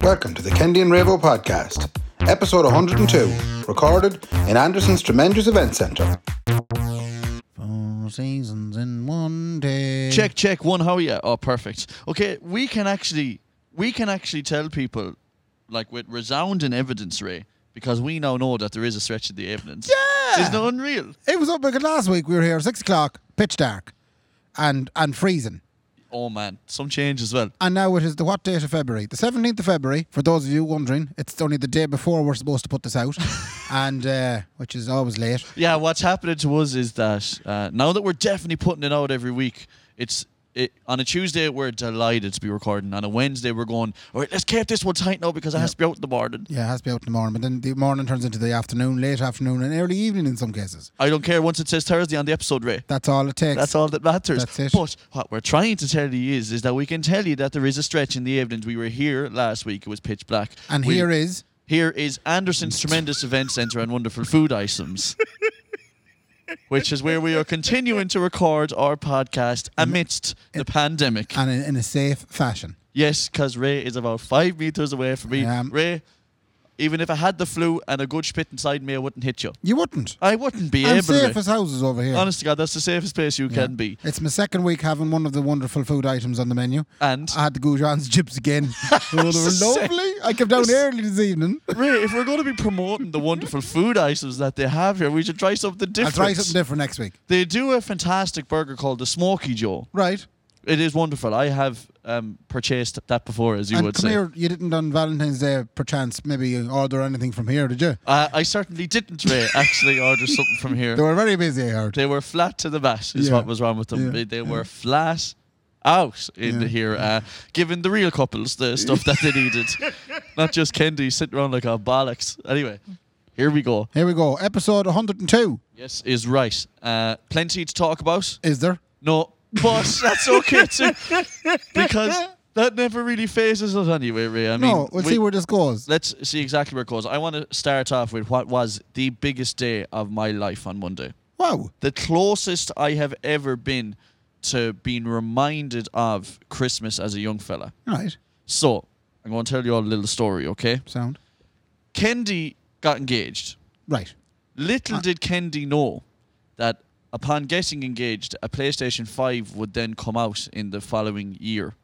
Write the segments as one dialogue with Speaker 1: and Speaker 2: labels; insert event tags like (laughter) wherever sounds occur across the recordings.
Speaker 1: welcome to the Kendi and Ravo podcast, episode 102, recorded in Anderson's Tremendous Event Centre.
Speaker 2: Four seasons in one day.
Speaker 3: Check, check. One, how are you? Oh, perfect. Okay, we can actually, we can actually tell people, like with resounding evidence, Ray, because we now know that there is a stretch in the evidence.
Speaker 2: Yeah.
Speaker 3: isn't it unreal?
Speaker 2: It was up because last week we were here six o'clock, pitch dark, and and freezing.
Speaker 3: Oh man, some change as well.
Speaker 2: And now it is the what date of February? The seventeenth of February. For those of you wondering, it's only the day before we're supposed to put this out, and uh, which is always late.
Speaker 3: Yeah, what's happening to us is that uh, now that we're definitely putting it out every week, it's it, on a Tuesday we're delighted to be recording. On a Wednesday we're going, all right, let's keep this one tight now because it has to be out in the morning.
Speaker 2: Yeah, it has to be out in the morning, but then the morning turns into the afternoon, late afternoon, and early evening in some cases.
Speaker 3: I don't care once it says Thursday on the episode, Ray.
Speaker 2: That's all it takes.
Speaker 3: That's all that matters.
Speaker 2: That's it.
Speaker 3: But what we're trying to tell you is, is that we can tell you that there is a stretch in the evidence. We were here last week; it was pitch black.
Speaker 2: And
Speaker 3: we,
Speaker 2: here is
Speaker 3: here is Anderson's tremendous event centre and wonderful food
Speaker 2: (laughs)
Speaker 3: items, which is where we are continuing to record our podcast amidst the pandemic.
Speaker 2: and in, in a safe fashion.
Speaker 3: Yes, because Ray is about five meters away from me.
Speaker 2: I am.
Speaker 3: Ray, even if I had the flu and a good spit inside me, I wouldn't hit you.
Speaker 2: You wouldn't.
Speaker 3: I wouldn't be
Speaker 2: I'm
Speaker 3: able.
Speaker 2: safe
Speaker 3: Ray.
Speaker 2: as houses over here.
Speaker 3: Honest to God, that's the safest place you
Speaker 2: Yeah.
Speaker 3: can be.
Speaker 2: It's my second week having one of the wonderful food items on the menu.
Speaker 3: And
Speaker 2: I had the Goujon's chips
Speaker 3: (laughs)
Speaker 2: again. oh, they
Speaker 3: It's the
Speaker 2: were lovely. I came down early this evening.
Speaker 3: Ray, if we're going to be promoting the wonderful food items that they have here, we should try something
Speaker 2: I'll
Speaker 3: different.
Speaker 2: try something different next week.
Speaker 3: They do a fantastic burger called the Smoky Joe.
Speaker 2: Right.
Speaker 3: It is wonderful. I have um, purchased that before, as you
Speaker 2: and
Speaker 3: would
Speaker 2: come
Speaker 3: say.
Speaker 2: here, you didn't on Valentine's Day, perchance, maybe order anything from here, did you?
Speaker 3: Uh, I certainly didn't, Ray, actually (laughs) order something from here.
Speaker 2: They were very busy, I heard.
Speaker 3: They were flat to the bat, is
Speaker 2: Yeah.
Speaker 3: what was wrong with them.
Speaker 2: Yeah.
Speaker 3: They, they were flat out in
Speaker 2: Yeah.
Speaker 3: here, uh, giving the real couples the stuff that they
Speaker 2: (laughs)
Speaker 3: needed. Not just Kendi sitting around like a bollocks. Anyway, here we go.
Speaker 2: Here we go. Episode 102,
Speaker 3: Yes, is right. Uh, plenty to talk about.
Speaker 2: is there?
Speaker 3: No, but that's
Speaker 2: (laughs)
Speaker 3: okay too, because that never really phases us anyway, Ray. I mean,
Speaker 2: no, we'll
Speaker 3: we-
Speaker 2: see where this goes.
Speaker 3: let's see exactly where it goes. I want to start off with what was the biggest day of my life on Monday.
Speaker 2: Wow.
Speaker 3: The closest I have ever been to being reminded of Christmas as a young fella.
Speaker 2: Right.
Speaker 3: So I'm going to tell you all a little story, okay?
Speaker 2: Sound.
Speaker 3: Kendi got engaged.
Speaker 2: Right. (laughs)
Speaker 3: Little
Speaker 2: Uh.
Speaker 3: did Kendi know that upon getting engaged, a PlayStation 5 would then come out in the following year.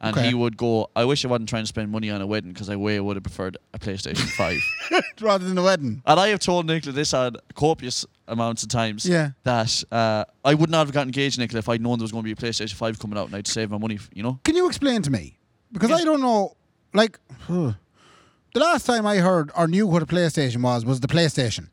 Speaker 3: And
Speaker 2: Okay.
Speaker 3: he would go, I wish I wasn't trying to spend money on a wedding because I way would have preferred a PlayStation
Speaker 2: (laughs)
Speaker 3: 5.
Speaker 2: Rather than a wedding.
Speaker 3: and I have told Nicola this on copious amounts of times
Speaker 2: Yeah.
Speaker 3: that uh, I would not have got engaged, Nicola, if I'd known there was going to be a PlayStation 5 coming out and I'd save my money, f-
Speaker 2: (laughs)
Speaker 3: you know? (laughs)
Speaker 2: Can you explain to me? Because
Speaker 3: Yes.
Speaker 2: I don't know. Like, the last time I heard or knew what a PlayStation was was the PlayStation.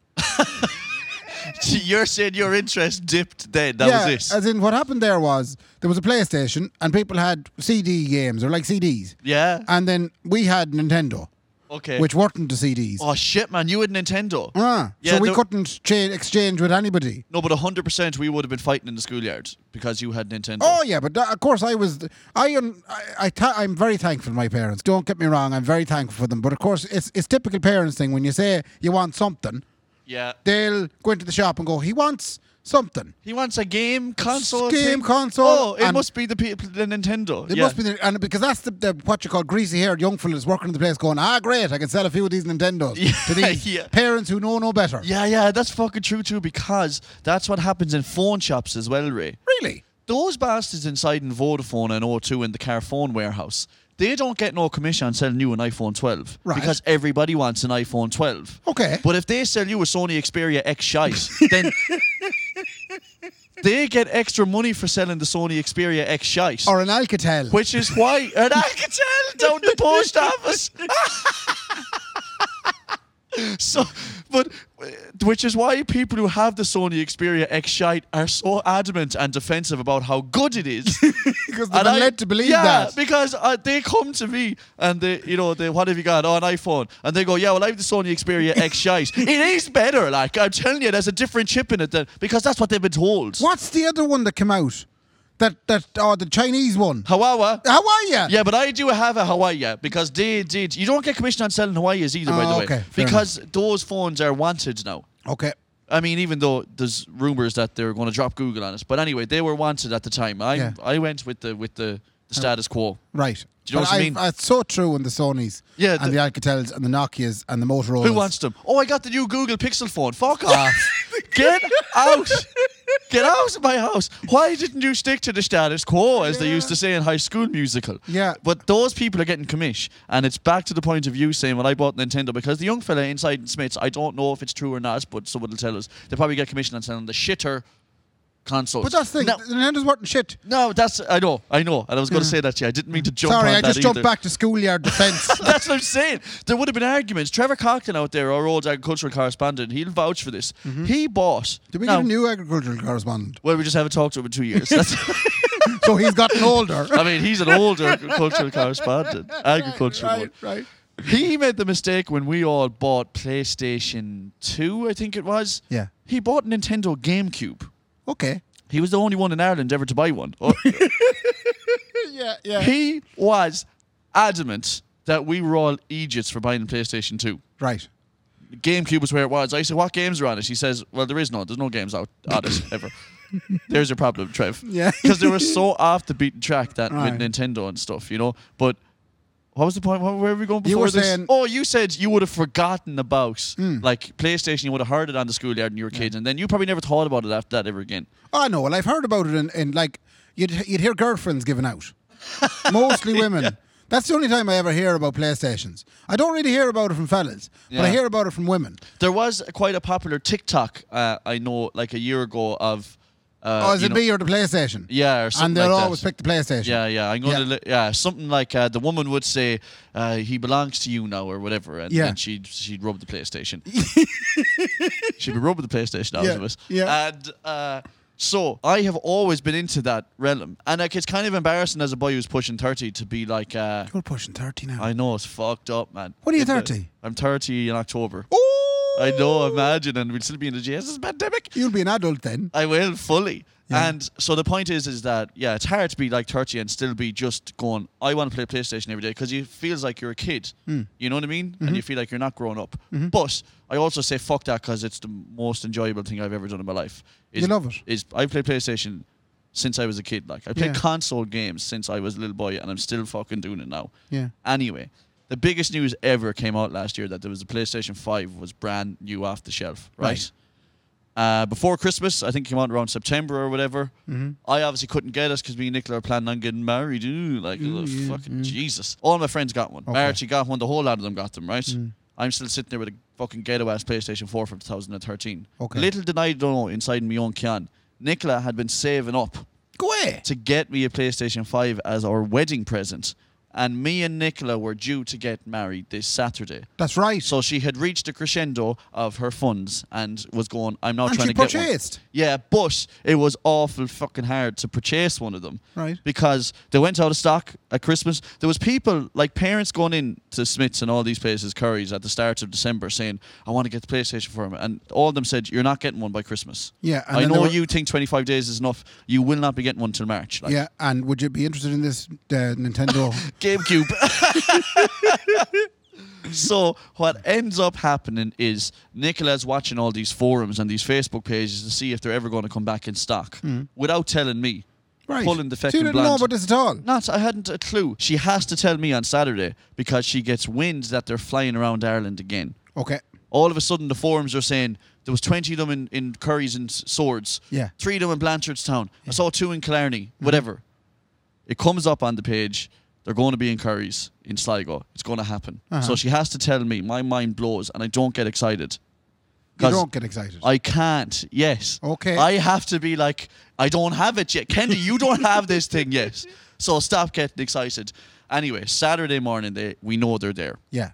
Speaker 3: You're saying your interest dipped then. That
Speaker 2: yeah,
Speaker 3: was this.
Speaker 2: as in what happened there was there was a PlayStation and people had CD games or like CDs,
Speaker 3: yeah.
Speaker 2: and then we had Nintendo,
Speaker 3: Okay.
Speaker 2: which weren't the CDs.
Speaker 3: oh, shit, man. You had Nintendo.
Speaker 2: Ah,
Speaker 3: Yeah,
Speaker 2: so we
Speaker 3: there-
Speaker 2: couldn't cha- exchange with anybody.
Speaker 3: No, but 100% we would have been fighting in the schoolyard because you had Nintendo.
Speaker 2: Oh yeah, but that, of course I was. I un, I, I th- I'm very thankful to my parents. Don't get me wrong, I'm very thankful for them. But of course, it's it's typical parents thing when you say you want something,
Speaker 3: Yeah.
Speaker 2: they'll go into the shop and go, he wants something.
Speaker 3: He wants a game console.
Speaker 2: Game
Speaker 3: thing.
Speaker 2: console
Speaker 3: Oh, it
Speaker 2: and-
Speaker 3: must be the, P- the Nintendo.
Speaker 2: It
Speaker 3: yeah.
Speaker 2: must be the, and because that's the, the what you call greasy haired young fellas working in the place going, ah, great, I can sell a few of these Nintendos
Speaker 3: Yeah,
Speaker 2: to these
Speaker 3: (laughs) yeah.
Speaker 2: parents who know no better.
Speaker 3: Yeah, yeah, that's fucking true too because that's what happens in phone shops as well, Ray.
Speaker 2: Really?
Speaker 3: Those bastards inside in Vodafone and O2 in the car phone warehouse, they don't get no commission on selling you an iPhone 12
Speaker 2: Right. Oh,
Speaker 3: because everybody wants an iPhone 12.
Speaker 2: Okay.
Speaker 3: But if they sell you a Sony Xperia X shite, then they get extra money for selling the Sony Xperia X shite.
Speaker 2: or an Alcatel.
Speaker 3: Which is why an Alcatel down the post office. (laughs) so, but uh, which is why people who have the Sony Xperia X Shite are so adamant and defensive about how good it is.
Speaker 2: (laughs) because they're
Speaker 3: And I-
Speaker 2: led to believe
Speaker 3: yeah,
Speaker 2: that.
Speaker 3: because uh, they come to me and they, you know, they, what have you got? Oh, an iPhone. And they go, yeah, well, I have the
Speaker 2: (laughs)
Speaker 3: Sony Xperia X Shite. it is better. Like, I'm telling you, there's a different chip in it than, because that's what they've been told.
Speaker 2: What's the other one that came out? That, that, or the Chinese one? (laughs)
Speaker 3: However,
Speaker 2: How are you?
Speaker 3: Yeah, but I do have a Hawaii because they did. You don't get commission on selling Hawaii's either, by
Speaker 2: Oh,
Speaker 3: the way,
Speaker 2: okay, fair
Speaker 3: because those phones are wanted now.
Speaker 2: Okay.
Speaker 3: I mean, even though there's rumors that they're going to drop Google on us, but anyway, they were wanted at the time. I
Speaker 2: Yeah. Oh.
Speaker 3: I went with the with the, the status quo.
Speaker 2: Right.
Speaker 3: Do you know
Speaker 2: But
Speaker 3: what I
Speaker 2: I've-
Speaker 3: mean?
Speaker 2: It's so true in the Sonys
Speaker 3: Yeah,
Speaker 2: and the,
Speaker 3: the-
Speaker 2: Alcatels and the Nokias and the Motorola's.
Speaker 3: Who wants them? Oh, I got the new Google Pixel phone.
Speaker 2: (laughs)
Speaker 3: Fuck off. Get out. Get out of my house. Why didn't you stick to the status quo, as they used to say in High School Musical?
Speaker 2: Yeah.
Speaker 3: But those people are getting commish. And it's back to the point of you saying, well, I bought Nintendo because the young fella inside Smith's, I don't know if it's true or not, but someone will tell us. They probably get commission on selling the shitter consoles.
Speaker 2: But that's the thing.
Speaker 3: No,
Speaker 2: The Nintendo's worth in shit.
Speaker 3: no, that's, I know, I know. And I was going to say that to you. I didn't mean to jump
Speaker 2: Sorry,
Speaker 3: on
Speaker 2: I
Speaker 3: that
Speaker 2: just jumped
Speaker 3: either.
Speaker 2: back to schoolyard
Speaker 3: (laughs)
Speaker 2: defense.
Speaker 3: That's what I'm saying. There would have been arguments. Trevor Cockton out there, our old agricultural correspondent, he'll vouch for this. He bought.
Speaker 2: Mm-hmm. Did we
Speaker 3: now-
Speaker 2: get a new agricultural correspondent?
Speaker 3: Well, we just haven't talked to him in two
Speaker 2: (laughs)
Speaker 3: years. That's,
Speaker 2: so he's
Speaker 3: (laughs)
Speaker 2: gotten older.
Speaker 3: I mean, he's an older agricultural correspondent. Agricultural.
Speaker 2: right,
Speaker 3: one.
Speaker 2: right.
Speaker 3: He made the mistake when we all bought PlayStation 2, I think it was.
Speaker 2: Yeah.
Speaker 3: He bought Nintendo GameCube.
Speaker 2: Okay.
Speaker 3: He was the only one in Ireland ever to buy one.
Speaker 2: (laughs)
Speaker 3: Oh,
Speaker 2: Yeah, yeah.
Speaker 3: he was adamant that we were all idiots for buying the PlayStation 2.
Speaker 2: right.
Speaker 3: GameCube was where it was. I said, "What games are on it?" He says, "Well, there is no. There's no games out on
Speaker 2: (laughs)
Speaker 3: it ever." There's your problem, Trev.
Speaker 2: Yeah.
Speaker 3: because they
Speaker 2: (laughs)
Speaker 3: were so off the beaten track that
Speaker 2: Right.
Speaker 3: with Nintendo and stuff, you know. But what was the point? Where were we going before
Speaker 2: You were
Speaker 3: this?
Speaker 2: saying- Hmm.
Speaker 3: oh, you said you would have forgotten about like PlayStation. You would have heard it on the schoolyard when you were a kid, and then you probably never thought about it after that ever again.
Speaker 2: Oh no, well I've heard about it in, in like you'd you'd hear girlfriends giving
Speaker 3: (laughs)
Speaker 2: out. Mostly women. That's the only time I ever hear about PlayStations. I don't really hear about it from fellas, but I
Speaker 3: Yeah. Uh,
Speaker 2: hear about it from women.
Speaker 3: There was quite a popular TikTok uh, I know, like a year ago of. Uh,
Speaker 2: oh, is
Speaker 3: you
Speaker 2: it
Speaker 3: know-
Speaker 2: me or the PlayStation?
Speaker 3: Yeah, or
Speaker 2: And
Speaker 3: something
Speaker 2: they'll
Speaker 3: like that.
Speaker 2: always pick the PlayStation.
Speaker 3: Yeah, yeah. I'm
Speaker 2: Yeah.
Speaker 3: gonna li- yeah something like uh, the woman would say, uh, "He belongs to you now" or whatever, and,
Speaker 2: Yeah.
Speaker 3: and she'd she'd rub the
Speaker 2: (laughs)
Speaker 3: PlayStation. she'd be rubbing the PlayStation out
Speaker 2: Yeah,
Speaker 3: of us.
Speaker 2: yeah.
Speaker 3: And uh, so I have always been into that realm, and like it's kind of embarrassing as a boy who's pushing thirty to be like, uh,
Speaker 2: You're pushing thirty now.
Speaker 3: I know it's fucked up, man.
Speaker 2: What are you,
Speaker 3: It's, uh,
Speaker 2: 30?
Speaker 3: I'm thirty in October.
Speaker 2: Ooh,
Speaker 3: I know, imagine, and we'll still be in the Jesus pandemic.
Speaker 2: You'll be an adult then.
Speaker 3: I will fully. And so the point is, is that yeah, it's hard to be like thirty and still be just going. I want to play PlayStation every day because it feels like you're a kid.
Speaker 2: Mm.
Speaker 3: You know what I mean?
Speaker 2: Mm-hmm.
Speaker 3: And you feel like you're not growing up. But I also say fuck that because it's the most enjoyable thing I've ever done in my life. Is,
Speaker 2: You love it.
Speaker 3: Is I play PlayStation since I was a kid. Like I played
Speaker 2: Yeah.
Speaker 3: console games since I was a little boy, and I'm still fucking doing it now.
Speaker 2: Yeah.
Speaker 3: Anyway, the biggest news ever came out last year that there was a PlayStation Five was brand new off the shelf, right?
Speaker 2: Right.
Speaker 3: Uh, before Christmas, I think it came out around September or whatever. I obviously couldn't get it because me and Nicola are planning on getting married. Ooh, like ugh, fucking Jesus! All my friends got one. Marty got one. The whole lot of them got them. Right? I'm still sitting there with a fucking ghetto ass PlayStation 4 from 2013.
Speaker 2: Okay.
Speaker 3: Little did I know inside my own can, Nicola had been saving up
Speaker 2: Go away.
Speaker 3: to get me a PlayStation 5 as our wedding present. And me and Nicola were due to get married this Saturday.
Speaker 2: That's right.
Speaker 3: So she had reached the crescendo of her funds and was going, I'm not
Speaker 2: And
Speaker 3: trying
Speaker 2: she
Speaker 3: to get one.
Speaker 2: purchased.
Speaker 3: Yeah, but it was awful fucking hard to purchase one of them.
Speaker 2: Right.
Speaker 3: Because they went out of stock at Christmas. There was people, like parents going in to Smith's and all these places, Curry's at the start of December saying, I want to get the PlayStation for him. And all of them said, you're not getting one by Christmas.
Speaker 2: Yeah, and
Speaker 3: I
Speaker 2: then they
Speaker 3: know
Speaker 2: were-
Speaker 3: you think 25 days is enough. You will not be getting one till March. Like,
Speaker 2: yeah, and would you be interested in this uh,
Speaker 3: (laughs)
Speaker 2: Nintendo?
Speaker 3: GameCube. so what ends up happening is Nicola's watching all these forums and these Facebook pages to see if they're ever going to come back in stock without telling me.
Speaker 2: Hmm. right.
Speaker 3: Pulling the
Speaker 2: so you
Speaker 3: feckin'
Speaker 2: didn't know
Speaker 3: blunt.
Speaker 2: about this at all.
Speaker 3: Not, I hadn't a clue. She has to tell me on Saturday because she gets wind that they're flying around Ireland again.
Speaker 2: Okay.
Speaker 3: All of a sudden, the forums are saying there was 20 of them in, in Curry's and S- Swords,
Speaker 2: Yeah. Mm-hmm.
Speaker 3: three of them in Blanchardstown. I saw two in Killarney, whatever. It comes up on the page. They're going to be in Curry's in Sligo. It's going to happen.
Speaker 2: Uh-huh.
Speaker 3: So she has to tell me. My mind blows, and I don't get excited.
Speaker 2: You
Speaker 3: 'Cause
Speaker 2: don't get excited.
Speaker 3: I can't. Yes.
Speaker 2: Okay.
Speaker 3: I have to be like, I don't have it yet. Kendi, you don't have this thing yet. So stop getting excited. Anyway, Saturday morning, they we know they're there.
Speaker 2: yeah.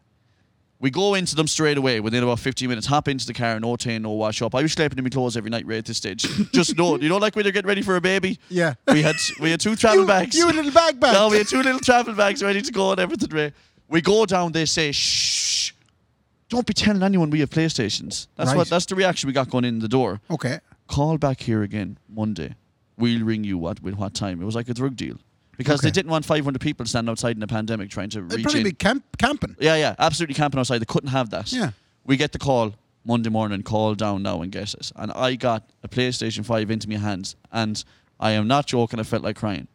Speaker 3: We go into them straight away within about 15 minutes. Hop into the car, no tan, no wash up. I was schlepping in my clothes every night right at this stage.
Speaker 2: (laughs)
Speaker 3: Just know, you know, like when they're getting ready for a baby.
Speaker 2: Yeah.
Speaker 3: We had we had two
Speaker 2: (laughs)
Speaker 3: travel
Speaker 2: You-
Speaker 3: bags.
Speaker 2: you little bag bag.
Speaker 3: No, we had two little travel bags ready to go and everything. Ray. We go down. They say, "Shh, don't be telling anyone we have PlayStations." That's
Speaker 2: Right.
Speaker 3: what. That's the reaction we got going in the door.
Speaker 2: Okay.
Speaker 3: Call back here again Monday. We'll ring you what with what time. It was like a drug deal because they
Speaker 2: Okay.
Speaker 3: didn't want 500 people standing outside in a pandemic trying to
Speaker 2: It'd
Speaker 3: reach
Speaker 2: probably
Speaker 3: in.
Speaker 2: be camp- camping.
Speaker 3: Yeah, yeah, absolutely camping outside. They couldn't have that.
Speaker 2: Yeah.
Speaker 3: We get the call Monday morning, call down now and get it. And I got a PlayStation 5 into my hands, and I am not joking, I felt like crying.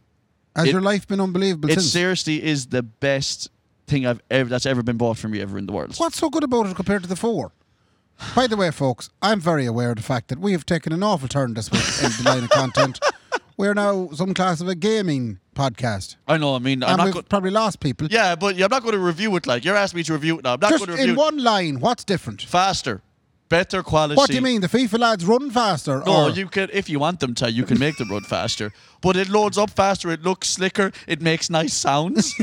Speaker 2: Has
Speaker 3: It-
Speaker 2: your life been unbelievable
Speaker 3: It
Speaker 2: since?
Speaker 3: seriously is the best thing I've ever that's ever been bought for me ever in the world.
Speaker 2: What's so good about it compared to the four? By the way, folks, I'm very aware of the fact that we have taken an awful turn this week in the line of
Speaker 3: (laughs)
Speaker 2: content. We're now some class of a gaming podcast.
Speaker 3: I know. I mean, I'm
Speaker 2: and
Speaker 3: not.
Speaker 2: we've
Speaker 3: Go-
Speaker 2: probably lost people.
Speaker 3: yeah, but I'm not going to review it. Like you're asking me to review it now. I'm not
Speaker 2: Just
Speaker 3: going to review
Speaker 2: in
Speaker 3: it.
Speaker 2: one line, what's different?
Speaker 3: faster, better quality.
Speaker 2: What do you mean? The FIFA lads run faster?
Speaker 3: No,
Speaker 2: or
Speaker 3: you can if you want them to, you can make them run faster. But it loads up faster. It looks slicker. It makes nice
Speaker 2: (laughs)
Speaker 3: sounds.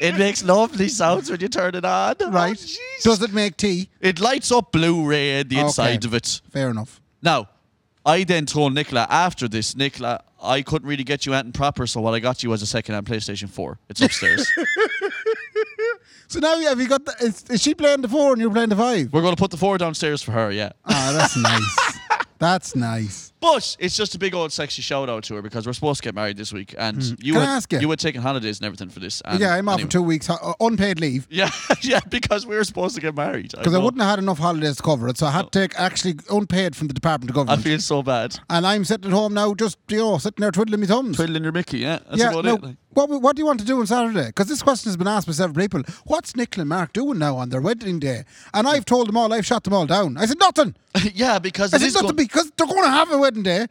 Speaker 3: it makes lovely sounds when you turn it on. Oh,
Speaker 2: right?
Speaker 3: jeez.
Speaker 2: Does it make tea?
Speaker 3: it lights up blue-ray in the
Speaker 2: Okay.
Speaker 3: inside of it.
Speaker 2: Fair enough.
Speaker 3: Now, I then told Nicola after this, Nicola, I couldn't really get you anything proper, so what I got you was a second-hand PlayStation 4.
Speaker 2: (laughs)
Speaker 3: It's upstairs.
Speaker 2: So now have you got the, is, is she playing the four and you're playing the five?
Speaker 3: We're going to put the 4 downstairs for her, yeah.
Speaker 2: Ah, that's
Speaker 3: (laughs)
Speaker 2: nice. that's nice.
Speaker 3: But it's just a big old sexy shout-out to her because we're supposed to get married this week, and you
Speaker 2: Hmm. Can
Speaker 3: had,
Speaker 2: I ask you?
Speaker 3: you had taken holidays and everything for this. And
Speaker 2: yeah, I'm off
Speaker 3: anyway.
Speaker 2: for two weeks ho- uh, unpaid leave.
Speaker 3: Yeah, (laughs) yeah, because we were supposed to get married.
Speaker 2: Because I,
Speaker 3: know.
Speaker 2: wouldn't have had enough holidays to cover it, so I had to take actually unpaid from the Department of
Speaker 3: I
Speaker 2: Government.
Speaker 3: feel so bad.
Speaker 2: and I'm sitting at home now, just you know, sitting there twiddling my thumbs.
Speaker 3: Twiddling your Mickey, yeah. That's
Speaker 2: yeah,
Speaker 3: about
Speaker 2: no,
Speaker 3: it. like.
Speaker 2: what, we- what do you want to do on Saturday? Because this question has been asked by several people. What's Nicola and Mark doing now on their wedding day? And I've told them all, I've shot them all down. I said nothing.
Speaker 3: (laughs) yeah, because
Speaker 2: I
Speaker 3: it
Speaker 2: said
Speaker 3: is
Speaker 2: nothing
Speaker 3: going-
Speaker 2: because they're going to have a wedding day in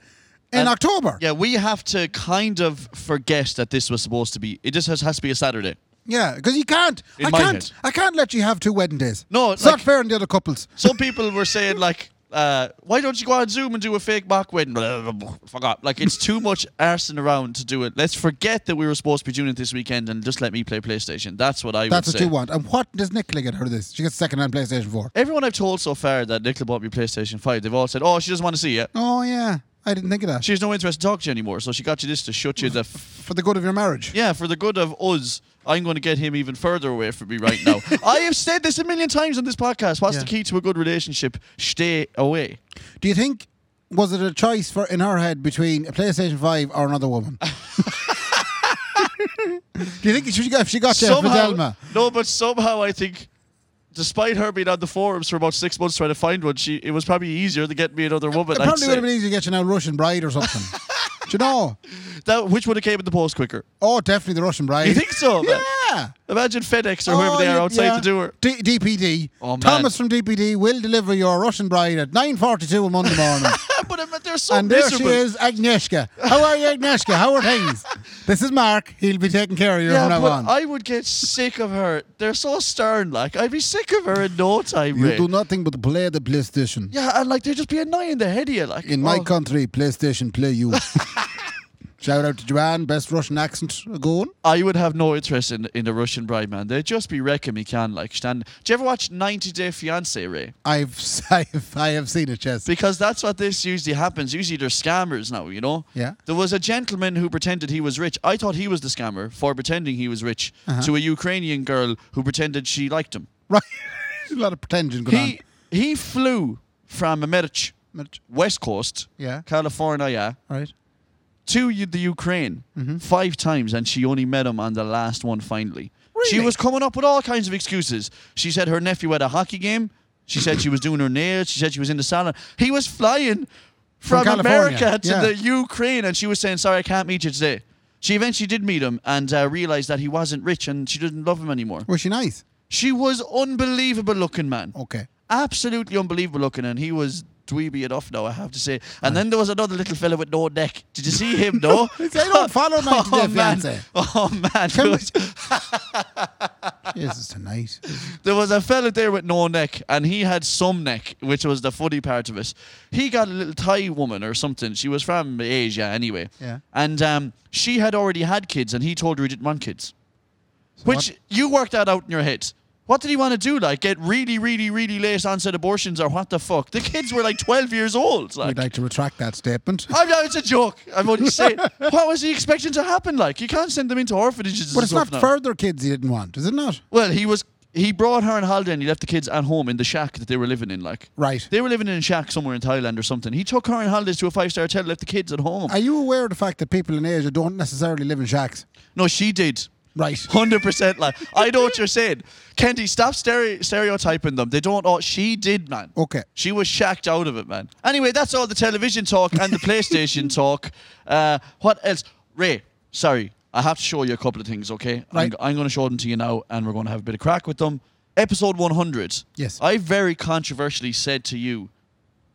Speaker 3: And-
Speaker 2: October.
Speaker 3: Yeah, we have to kind of forget that this was supposed to be. It just has, has to be a Saturday.
Speaker 2: Yeah, because you can't.
Speaker 3: In
Speaker 2: I
Speaker 3: my
Speaker 2: can't.
Speaker 3: head.
Speaker 2: I can't let you have two wedding days.
Speaker 3: No,
Speaker 2: it's not
Speaker 3: like-
Speaker 2: fair on the other couples.
Speaker 3: Some people were saying like, uh, "Why don't you go on Zoom and do a fake mock wedding?" Forgot. Like it's too much arsing around to do it. Let's forget that we were supposed to be doing it this weekend and just let me play PlayStation. That's what I.
Speaker 2: That's
Speaker 3: would
Speaker 2: what
Speaker 3: say.
Speaker 2: you want. And what does Nicola get out of this? She gets second-hand PlayStation Four.
Speaker 3: Everyone I've told so far that Nicola bought me PlayStation Five, they've all said, "Oh, she doesn't want to see you.
Speaker 2: Oh yeah, I didn't think of that.
Speaker 3: She has no interest in talking to you anymore." So she got you this to shut you the. F-
Speaker 2: for the good of your marriage.
Speaker 3: yeah, for the good of us, I'm going to get him even further away from me right
Speaker 2: (laughs)
Speaker 3: now. I have said this a million times on this podcast. What's
Speaker 2: Yeah.
Speaker 3: the key to a good relationship? Stay away.
Speaker 2: Do you think was it a choice for in her head between a PlayStation Five or another
Speaker 3: (laughs)
Speaker 2: woman? Do you think she got if she got there for Delma?
Speaker 3: No, but somehow I think, despite her being on the forums for about six months trying to find one, she it was probably easier to get me another woman.
Speaker 2: It
Speaker 3: I'd
Speaker 2: probably would
Speaker 3: say.
Speaker 2: have been easier to get you now Russian bride or something. Do you know?
Speaker 3: that, which would have came in the post quicker?
Speaker 2: Oh, definitely the Russian bride. (laughs)
Speaker 3: You think so? man?
Speaker 2: Yeah.
Speaker 3: Imagine FedEx or whoever they
Speaker 2: Oh,
Speaker 3: are
Speaker 2: yeah,
Speaker 3: outside
Speaker 2: yeah.
Speaker 3: to do her. (laughs)
Speaker 2: D- DPD.
Speaker 3: Oh, man.
Speaker 2: Thomas from DPD will deliver your Russian bride at 9.42 on Monday
Speaker 3: (laughs)
Speaker 2: morning.
Speaker 3: but I mean, they're so
Speaker 2: and there she
Speaker 3: miserable.
Speaker 2: is, Agnieszka. How are you, Agnieszka? How are things? This is Mark. He'll be taking care of you
Speaker 3: Yeah,
Speaker 2: from now
Speaker 3: but
Speaker 2: on.
Speaker 3: I would get sick of her. They're so stern. Like I'd be sick of her in no time.
Speaker 2: you
Speaker 3: Ray.
Speaker 2: do nothing but play the PlayStation.
Speaker 3: Yeah, and like they just be annoying the head of you. Like
Speaker 2: In my
Speaker 3: oh.
Speaker 2: country, PlayStation play (laughs) you. Shout out to Joanne, best Russian accent going.
Speaker 3: I would have no interest in in the Russian bride, man. They'd just be wrecking me, can like stand. Do you ever watch 90 Day Fiance, Ray?
Speaker 2: I've, (laughs) I've I have seen it, yes.
Speaker 3: Because that's what this usually happens. Usually they're scammers now, you know?
Speaker 2: Yeah.
Speaker 3: There was a gentleman who pretended he was rich. I thought he was the scammer for pretending he was rich
Speaker 2: Uh-huh.
Speaker 3: to a Ukrainian girl who pretended she liked him.
Speaker 2: Right, (laughs) a lot of pretending going
Speaker 3: He he flew from America,
Speaker 2: on.
Speaker 3: West Coast,
Speaker 2: Yeah.
Speaker 3: California,
Speaker 2: Right.
Speaker 3: to U- the Ukraine
Speaker 2: Mm-hmm.
Speaker 3: five times, and she only met him on the last one. Finally, she
Speaker 2: Really?
Speaker 3: was coming up with all kinds of excuses. She said her nephew had a hockey game. She said she was doing her nails. She said she was in the salon. He was flying
Speaker 2: From
Speaker 3: from,
Speaker 2: California,
Speaker 3: America to
Speaker 2: yeah.
Speaker 3: the Ukraine, and she was saying, "Sorry, I can't meet you today." She eventually did meet him and uh, realized that he wasn't rich and she didn't love him anymore.
Speaker 2: Was she nice?
Speaker 3: She was unbelievable looking, man
Speaker 2: Okay.
Speaker 3: absolutely unbelievable looking, and he was dweeby enough now, I have to say. And then there was another little fella with no neck. Did you see him, no? I
Speaker 2: don't follow 90
Speaker 3: (laughs)
Speaker 2: (laughs) Day Fiancé.
Speaker 3: man. Oh, man.
Speaker 2: Can
Speaker 3: (laughs) There
Speaker 2: we-
Speaker 3: was,
Speaker 2: Jesus, tonight.
Speaker 3: there was a fella there with no neck, and he had some neck, which was the funny part of it. He got a little Thai woman or something. She was from Asia anyway.
Speaker 2: Yeah.
Speaker 3: And um, she had already had kids, and he told her he didn't want kids. Which
Speaker 2: what-
Speaker 3: you worked that out in your head. What did he want to do? Like get really, really, really late onset abortions or what the fuck? The kids were like twelve years old. Like,
Speaker 2: We'd (laughs) like to retract that (laughs) statement.
Speaker 3: I know it's a joke. I'm only saying. what was he expecting to happen? Like you can't send them into orphanages.
Speaker 2: But
Speaker 3: and
Speaker 2: it's
Speaker 3: stuff
Speaker 2: not
Speaker 3: now.
Speaker 2: further kids he didn't want, is it not?
Speaker 3: Well, he was. He brought her on holiday and he left the kids at home in the shack that they were living in. Like
Speaker 2: Right.
Speaker 3: they were living in a shack somewhere in Thailand or something. He took her on holidays to a five star hotel, left the kids at home.
Speaker 2: Are you aware of the fact that people in Asia don't necessarily live in shacks?
Speaker 3: no, she did.
Speaker 2: (laughs) Right.
Speaker 3: Hundred percent, like I know what you're saying, Kendi. Stop stere- stereotyping them. They don't. All- she did, man.
Speaker 2: Okay.
Speaker 3: She was shacked out of it, man. Anyway, that's
Speaker 2: (laughs)
Speaker 3: all the television talk and the PlayStation talk. Uh, what else? Ray, sorry, I have to show you a couple of things, okay? I'm,
Speaker 2: Right.
Speaker 3: g- I'm going to show them to you now, and we're going to have a bit of crack with them. Episode 100.
Speaker 2: Yes.
Speaker 3: I very controversially said to you,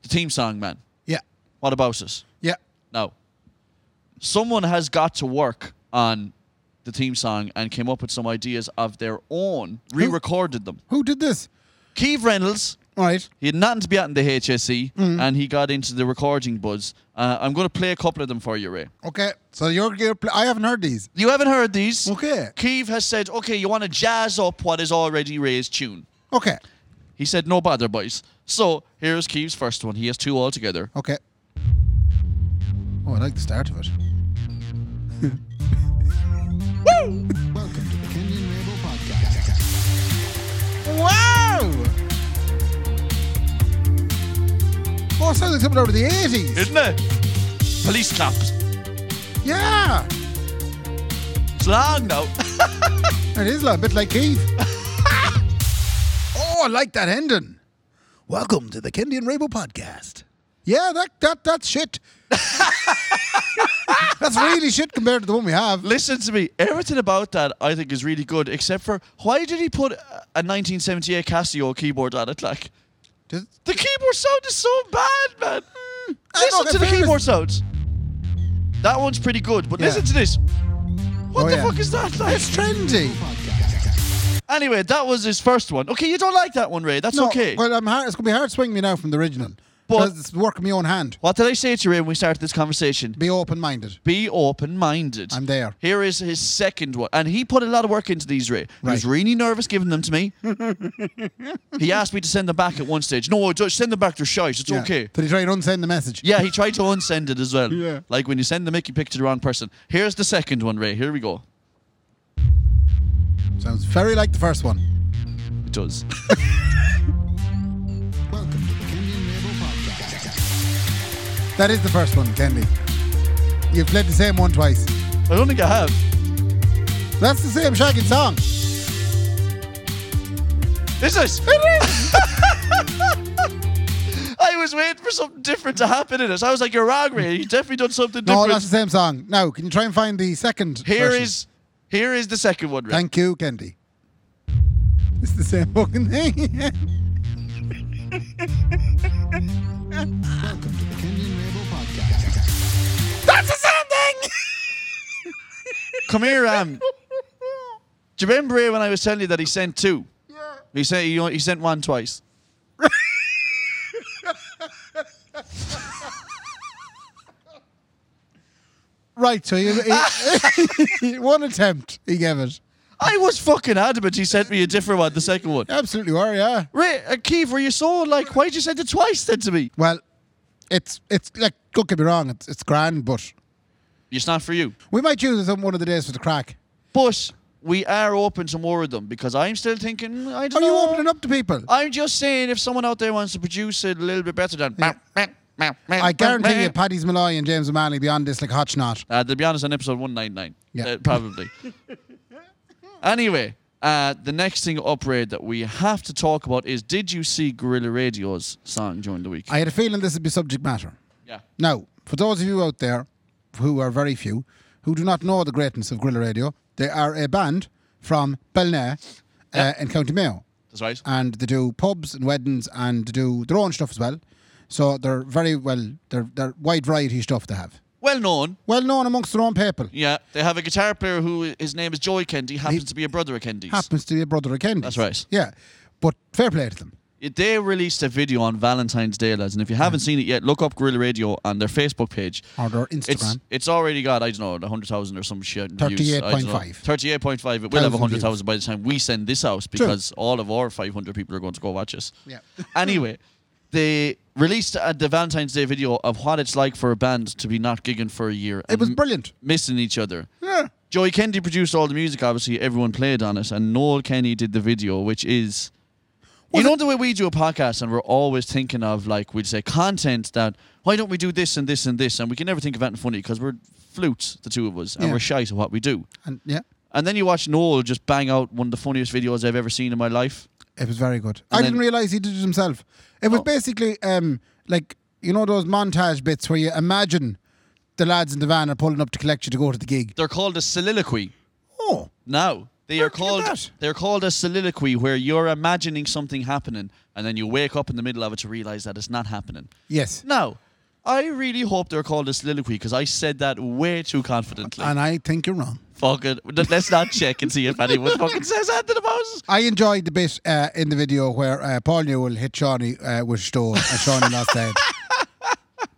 Speaker 3: the theme song, man,
Speaker 2: Yeah.
Speaker 3: what about us?
Speaker 2: Yeah.
Speaker 3: Now, someone has got to work on the theme song and came up with some ideas of their own, re recorded them.
Speaker 2: Who did this?
Speaker 3: Keeve Reynolds,
Speaker 2: Right.
Speaker 3: he had nothing to be at in the HSE, and he got into the recording buzz. Uh, I'm going to play a couple of them for you, Ray.
Speaker 2: Okay. So you're, you're pl- I haven't heard these.
Speaker 3: You haven't heard these.
Speaker 2: Okay.
Speaker 3: Keeve has said, okay, you want to jazz up what is already Ray's tune.
Speaker 2: Okay.
Speaker 3: He said, no bother, boys. So here's Keeve's first one. He has two altogether.
Speaker 2: Okay. Oh, I like the start of it. Welcome to the Kenyan Rainbow Podcast. Wow! Oh, it sounds like something out of the 80s.
Speaker 3: Isn't it? Police claps.
Speaker 2: yeah!
Speaker 3: It's long now. (laughs)
Speaker 2: It is like- a bit like Keith. oh, I like that ending. Welcome to the Kendi and Rainbow Podcast. Yeah, that that that's shit. that's really shit compared to the one we have.
Speaker 3: Listen to me. Everything about that I think is really good, except for why did he put a 1978 Casio keyboard on it? Like
Speaker 2: Just-
Speaker 3: the keyboard sound is so bad, man.
Speaker 2: I
Speaker 3: Listen
Speaker 2: know,
Speaker 3: to
Speaker 2: in
Speaker 3: the
Speaker 2: fairness-
Speaker 3: keyboard sounds. That one's pretty good, but
Speaker 2: Yeah.
Speaker 3: listen to this. What
Speaker 2: Oh,
Speaker 3: the
Speaker 2: yeah.
Speaker 3: fuck is that? Like?
Speaker 2: It's trendy.
Speaker 3: Anyway, that was his first one. Okay, you don't like that one, Ray. That's
Speaker 2: No,
Speaker 3: okay.
Speaker 2: Well, I'm hard, it's gonna be hard swinging me now from the original.
Speaker 3: But-
Speaker 2: But it's work of my own hand.
Speaker 3: what did I say to you, Ray, when we started this conversation?
Speaker 2: Be open-minded.
Speaker 3: Be open minded.
Speaker 2: I'm there.
Speaker 3: Here is his second one. And he put a lot of work into these, Ray. He was
Speaker 2: Right.
Speaker 3: really nervous giving them to me.
Speaker 2: (laughs)
Speaker 3: he asked me to send them back at one stage. No, just send them back, they're shite. It's
Speaker 2: Yeah.
Speaker 3: okay.
Speaker 2: Did he try and unsend the message?
Speaker 3: Yeah, he tried to unsend it as well.
Speaker 2: Yeah.
Speaker 3: Like when you send the Mickey picture to the wrong person. Here's the second one, Ray. Here we go.
Speaker 2: Sounds very like the first one.
Speaker 3: It does.
Speaker 2: Welcome to the Kendi and Rainbow Podcast. That is the first one, Kendi. You've played the same one twice.
Speaker 3: I don't think I have.
Speaker 2: That's the same shagging song.
Speaker 3: Is (laughs) this? It is. I was waiting for something different to happen in this. I was like, you're wrong, Ray. You definitely done something
Speaker 2: No,
Speaker 3: different.
Speaker 2: that's the same song. Now, can you try and find the second?
Speaker 3: Here
Speaker 2: version?
Speaker 3: is here is the second one, Ray.
Speaker 2: Thank you, Kendi. It's the same fucking thing. (laughs) Welcome to the Kendi Rainbow Podcast. That's the same thing.
Speaker 3: Come here, um. Do you remember Ray, when I was telling you that he sent two?
Speaker 2: Yeah.
Speaker 3: He sent he, he sent one twice.
Speaker 2: Right, so you, he- (laughs) one attempt he gave it.
Speaker 3: I was fucking adamant he sent me a different one, the second one.
Speaker 2: Absolutely were, yeah.
Speaker 3: Ray, uh, Keith, were you so like, why'd you send it twice then to me?
Speaker 2: Well, it's it's like don't get me wrong, it's it's grand, but
Speaker 3: It's not for you.
Speaker 2: we might use it on one of the days for the crack.
Speaker 3: But we are open to more of them because I'm still thinking, "Mm, I
Speaker 2: Are
Speaker 3: don't
Speaker 2: you
Speaker 3: know."
Speaker 2: opening up to people?
Speaker 3: I'm just saying, if someone out there wants to produce it a little bit better than.
Speaker 2: I
Speaker 3: I
Speaker 2: guarantee you, Paddy's Malloy and James O'Malley be on this like hot snot.
Speaker 3: Uh, to be honest, on episode 199.
Speaker 2: Yeah.
Speaker 3: Uh,
Speaker 2: (laughs)
Speaker 3: probably. anyway, uh, the next thing upgrade that we have to talk about is Did you see Gorilla Radio's song during the week?
Speaker 2: I had a feeling this would be subject matter.
Speaker 3: yeah.
Speaker 2: Now, for those of you out there, who are very few, who do not know the greatness of Grilla Radio, they are a band from Belnay uh, in County Mayo.
Speaker 3: That's right.
Speaker 2: And they do pubs and weddings and they do their own stuff as well. So they're very well, they're, they're wide variety stuff they have.
Speaker 3: well known.
Speaker 2: Well known amongst their own people.
Speaker 3: Yeah. They have a guitar player who his name is Joy Kendi, happens to be a brother of Kendi's.
Speaker 2: Happens to be a brother of Kennedy's.
Speaker 3: That's right.
Speaker 2: Yeah. But fair play to them.
Speaker 3: They released a video on Valentine's Day, lads. And if you haven't
Speaker 2: Mm.
Speaker 3: seen it yet, look up Gorilla Radio on their Facebook page.
Speaker 2: Or their
Speaker 3: It's,
Speaker 2: Instagram.
Speaker 3: it's already got, I don't know, 100,000 or some shit. in views. I don't know.
Speaker 2: 38.5.
Speaker 3: 38.5. It will have
Speaker 2: Thousand
Speaker 3: 100,000 by the time we send this out because all of our 500 people are going to go watch us.
Speaker 2: Yeah.
Speaker 3: (laughs) anyway, they released uh, the Valentine's Day video of what it's like for a band to be not gigging for a year.
Speaker 2: It
Speaker 3: and
Speaker 2: was
Speaker 3: m-
Speaker 2: brilliant.
Speaker 3: Missing each other.
Speaker 2: Yeah.
Speaker 3: Joey Kendi produced all the music, obviously, everyone played on it, and Noel Kenny did the video, which is.
Speaker 2: Was
Speaker 3: you
Speaker 2: it-
Speaker 3: know the way we do a podcast, and we're always thinking of, like, we'd say content that, why don't we do this and this and this? And we can never think of anything funny because we're flutes, the two of us, and
Speaker 2: Yeah.
Speaker 3: we're shite at what we do.
Speaker 2: And yeah.
Speaker 3: And then you watch Noel just bang out one of the funniest videos I've ever seen in my life.
Speaker 2: It was very good. I
Speaker 3: And
Speaker 2: didn't
Speaker 3: then-
Speaker 2: realize he did it himself. It was
Speaker 3: Oh.
Speaker 2: basically um, like you know those montage bits where you imagine the lads in the van are pulling up to collect you to go to the gig.
Speaker 3: They're called a soliloquy.
Speaker 2: Oh,
Speaker 3: Now they
Speaker 2: Where'd
Speaker 3: are
Speaker 2: you get
Speaker 3: called
Speaker 2: that?
Speaker 3: they're called a soliloquy, where you're imagining something happening, and then you wake up in the middle of it to realize that it's not happening.
Speaker 2: yes.
Speaker 3: Now, I really hope they're called a soliloquy because I said that way too confidently.
Speaker 2: And I think you're wrong.
Speaker 3: Fuck it. Th- Let's not check and see if
Speaker 2: (laughs)
Speaker 3: anyone fucking says that to the boss.
Speaker 2: I enjoyed the bit uh, in the video where uh, Paul Newell hit Shawnee uh, with a stone and Shawnee lost the
Speaker 3: (laughs)
Speaker 2: head.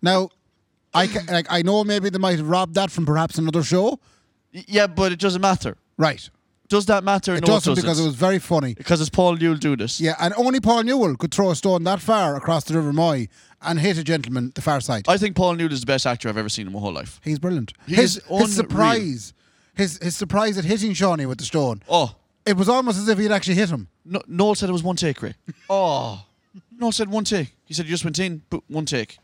Speaker 2: Now, I, ca- like, I know maybe they might have robbed that from perhaps another show.
Speaker 3: Y- Yeah, but it doesn't matter.
Speaker 2: Right.
Speaker 3: Does that matter?
Speaker 2: It
Speaker 3: no,
Speaker 2: doesn't because it was very funny.
Speaker 3: because it's Paul Newell do this.
Speaker 2: Yeah, and only Paul Newell could throw a stone that far across the River Moy and hit a gentleman the far side.
Speaker 3: I think Paul Newell is the best actor I've ever seen in my whole life.
Speaker 2: He's brilliant.
Speaker 3: He
Speaker 2: his
Speaker 3: is unreal.
Speaker 2: his surprise, his his surprise at hitting Shawnee with the stone.
Speaker 3: Oh,
Speaker 2: It was almost as if he'd actually hit him.
Speaker 3: no, Noel said it was
Speaker 2: (laughs)
Speaker 3: one take, Ray. Oh, Noel said one take. He said you just went in, but one take.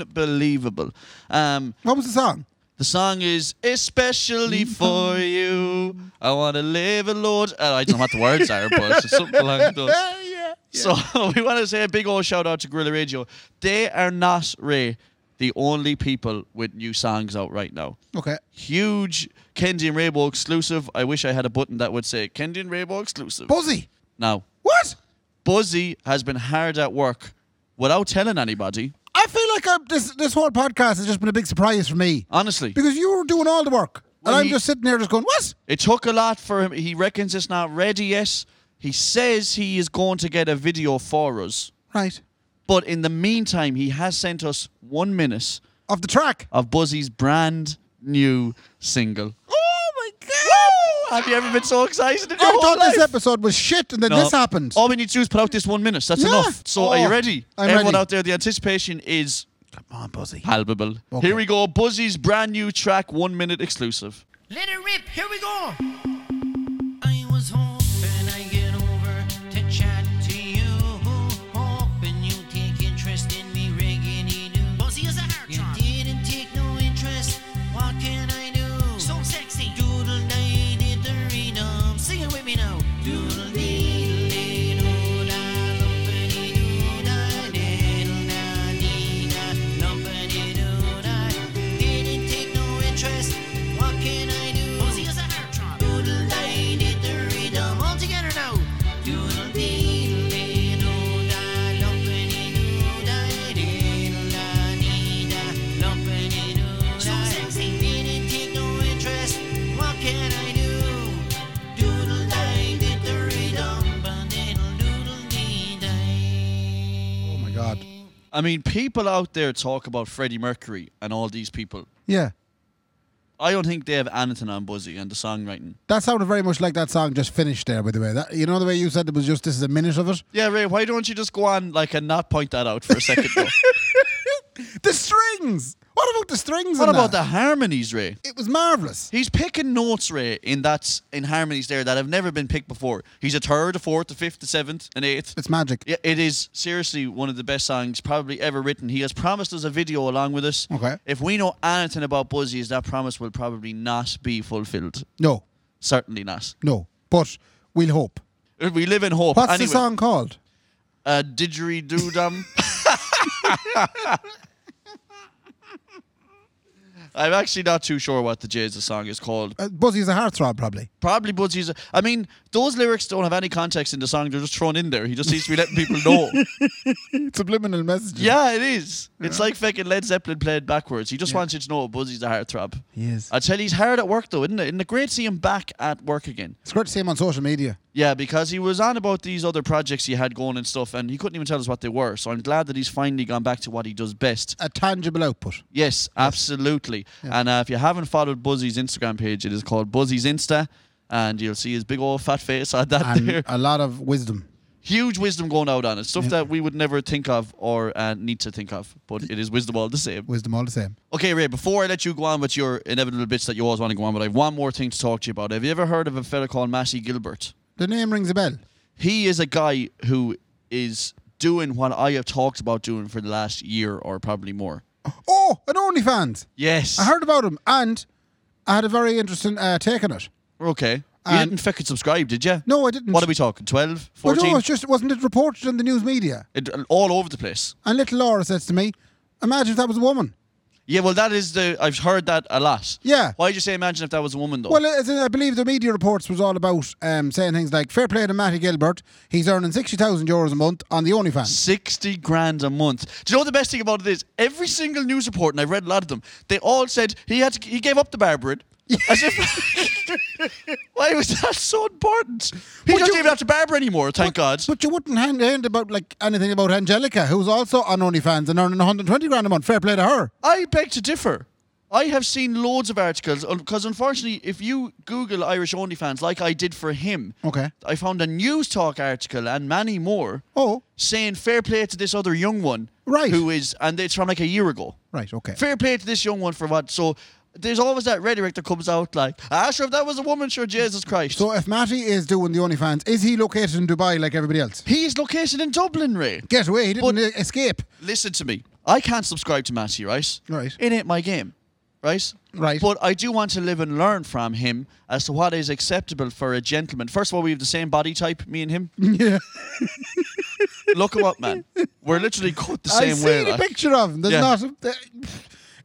Speaker 3: Unbelievable. Um,
Speaker 2: What was the song?
Speaker 3: the song is especially for you. I want to live a load. Uh, I don't know what the words are, but it's something along those.
Speaker 2: (laughs) yeah.
Speaker 3: So (laughs) we want to say a big old shout out to Gorilla Radio. They are not Ray the only people with new songs out right now.
Speaker 2: Okay.
Speaker 3: Huge Kendi and Raybo exclusive. I wish I had a button that would say Kendi and Raybo exclusive.
Speaker 2: Buzzy.
Speaker 3: now,
Speaker 2: What?
Speaker 3: Buzzy has been hard at work without telling anybody.
Speaker 2: I feel like I'm, this this whole podcast has just been a big surprise for me
Speaker 3: Honestly,
Speaker 2: because you were doing all the work and
Speaker 3: Well,
Speaker 2: I'm
Speaker 3: he-
Speaker 2: just sitting there just going, what?
Speaker 3: it took a lot for him. He reckons it's not ready yet. He says he is going to get a video for us.
Speaker 2: Right.
Speaker 3: But in the meantime, he has sent us one minute
Speaker 2: Off the track.
Speaker 3: of Buzzy's brand new single.
Speaker 2: Oh my god!
Speaker 3: Have you ever been so excited in your
Speaker 2: I
Speaker 3: whole
Speaker 2: thought
Speaker 3: life?
Speaker 2: this episode was shit and then
Speaker 3: No. Oh.
Speaker 2: this happened.
Speaker 3: All we need to do is put out this one minute. That's
Speaker 2: Yeah.
Speaker 3: enough. So are
Speaker 2: Oh,
Speaker 3: you ready?
Speaker 2: I'm
Speaker 3: Everyone
Speaker 2: ready.
Speaker 3: out there, the anticipation is
Speaker 2: Come on, Buzzy.
Speaker 3: palpable.
Speaker 2: Okay.
Speaker 3: Here we go. Buzzy's brand new track, one minute exclusive.
Speaker 4: Let it rip, here we go. I was hoping I'd get over to chat to you. Hoping you'd take interest in me, rigging you do.
Speaker 5: Buzzy is a heart
Speaker 4: You
Speaker 5: charm.
Speaker 4: didn't take no interest, what can I do?
Speaker 5: So sexy.
Speaker 4: doodle night in the rhythm. Sing it with me now. Doodle dee dee doo da, lumpity doo da, diddle da dee da, lumpity doo da. Didn't take no interest. What can I do?
Speaker 5: Buzzy is a heart charm.
Speaker 4: Doodle died at the rhythm. All together now. Doodle dee dee doo da, lumpity doo da, diddle da dee da, lumpity doo
Speaker 5: So
Speaker 4: da.
Speaker 5: sexy.
Speaker 4: Didn't take no interest. What can I do? Doodle dee did the rhythm, but diddle doodle dee dee.
Speaker 2: Oh my god.
Speaker 3: I mean, people out there talk about Freddie Mercury and all these people.
Speaker 2: Yeah.
Speaker 3: I don't think they have anything on Buzzy and the songwriting.
Speaker 2: That sounded very much like that song just finished there, by the way. That you know the way you said it was just this is a minute of it?
Speaker 3: Yeah, Ray, why don't you just go on like and not point that out for a second? (laughs) though?
Speaker 2: The strings! What about the strings?
Speaker 3: what
Speaker 2: in
Speaker 3: about the harmonies, Ray?
Speaker 2: It was marvellous.
Speaker 3: He's picking notes, Ray, in that in harmonies there that have never been picked before. He's a third, a fourth, a fifth, a seventh,
Speaker 2: (laughs)
Speaker 3: an eighth.
Speaker 2: It's magic.
Speaker 3: Yeah, it is seriously one of the best songs probably ever written. He has promised us a video along with us.
Speaker 2: Okay.
Speaker 3: If we know anything about Buzzy, is that promise will probably not be fulfilled.
Speaker 2: No,
Speaker 3: Certainly not.
Speaker 2: no. But we'll hope.
Speaker 3: We live in hope.
Speaker 2: What's
Speaker 3: anyway,
Speaker 2: the song called?
Speaker 3: Uh, didgeridoo dum. I'm actually not too sure what the Jays' song is called.
Speaker 2: Uh, Buzzy's a heartthrob,
Speaker 3: (laughs)
Speaker 2: probably.
Speaker 3: Probably Buzzy's. I mean, those lyrics don't have any context in the song. They're just thrown in there. He just needs to be letting people
Speaker 2: (laughs)
Speaker 3: know.
Speaker 2: Subliminal messages.
Speaker 3: Yeah, it is. It's like fucking Led Zeppelin played backwards. He just wants you to know Buzzy's a heartthrob.
Speaker 2: He is.
Speaker 3: I tell you, he's hard at work though, isn't it? Isn't it great seeing him back at work again?
Speaker 2: It's great to see him on social media.
Speaker 3: Yeah, because he was on about these other projects he had going and stuff, and he couldn't even tell us what they were. So I'm glad that he's finally gone back to what he does best.
Speaker 2: A tangible output.
Speaker 3: Yes, absolutely. And uh, if you haven't followed Buzzy's Instagram page, it is called Buzzy's Insta, and you'll see his big old fat face on that there.
Speaker 2: And
Speaker 3: (laughs)
Speaker 2: a lot of wisdom.
Speaker 3: Huge wisdom going out on it. Stuff that we would never think of or uh, need to think of, but it is wisdom all the same.
Speaker 2: Wisdom all the same.
Speaker 3: Okay, Ray, before I let you go on with your inevitable bits that you always want to go on with, I have one more thing to talk to you about. Have you ever heard of a fella called Massey Gilbert?
Speaker 2: The name rings a bell.
Speaker 3: He is a guy who is doing what I have talked about doing for the last year or probably more.
Speaker 2: Oh, an OnlyFans.
Speaker 3: Yes.
Speaker 2: I heard about him and I had a very interesting uh, take on it.
Speaker 3: Okay. You
Speaker 2: And-
Speaker 3: didn't fucking subscribe, did you?
Speaker 2: No, I didn't.
Speaker 3: What are we talking? 12?
Speaker 2: Well,
Speaker 3: 14?
Speaker 2: no, it's just wasn't it reported in the news media?
Speaker 3: It- all over the place.
Speaker 2: And little Laura says to me, "Imagine if that was a woman."
Speaker 3: Yeah, well, that is the. I've heard that a lot.
Speaker 2: Yeah.
Speaker 3: Why'd you say imagine if that was a woman, though?
Speaker 2: Well, as in, I believe the media reports was all about um, saying things like fair play to Matty Gilbert. He's earning sixty thousand euros a month on the OnlyFans.
Speaker 3: 60 grand a month. Do you know what the best thing about it is? Every single news report, and I've read a lot of them, they all said he had to, he gave up the barbering.
Speaker 2: (laughs)
Speaker 3: As if, (laughs) why was that so important? He
Speaker 2: But
Speaker 3: doesn't
Speaker 2: you-
Speaker 3: even have to barber anymore, thank God.
Speaker 2: But you wouldn't hand hand about like anything about Angelica, who's also on OnlyFans and earning one hundred twenty grand a month. Fair play to her.
Speaker 3: I beg to differ. I have seen loads of articles because, unfortunately, if you Google Irish OnlyFans, like I did for him,
Speaker 2: Okay.
Speaker 3: I found a News Talk article and many more
Speaker 2: Oh,
Speaker 3: saying fair play to this other young one,
Speaker 2: Right.
Speaker 3: Who is, and it's from like a year ago.
Speaker 2: right, okay.
Speaker 3: Fair play to this young one for what? So there's always that rhetoric that comes out like, ah, sure, if that was a woman, sure, Jesus Christ.
Speaker 2: So if Matty is doing the OnlyFans, is he located in Dubai like everybody else?
Speaker 3: he is located in Dublin, Ray.
Speaker 2: Get away! He didn't
Speaker 3: But-
Speaker 2: e-
Speaker 3: (laughs)
Speaker 2: escape. (laughs)
Speaker 3: Listen to me. I can't subscribe to Matty, right?
Speaker 2: Right.
Speaker 3: It ain't my game, right?
Speaker 2: Right.
Speaker 3: But I do want to live and learn from him as to what is acceptable for a gentleman. First of all, we have the same body type, me
Speaker 2: (laughs)
Speaker 3: and him.
Speaker 2: Yeah,
Speaker 3: Look him up, man. We're literally cut the
Speaker 2: I
Speaker 3: same
Speaker 2: see
Speaker 3: way.
Speaker 2: the
Speaker 3: like.
Speaker 2: picture of him. There's
Speaker 3: Yeah.
Speaker 2: not. A, he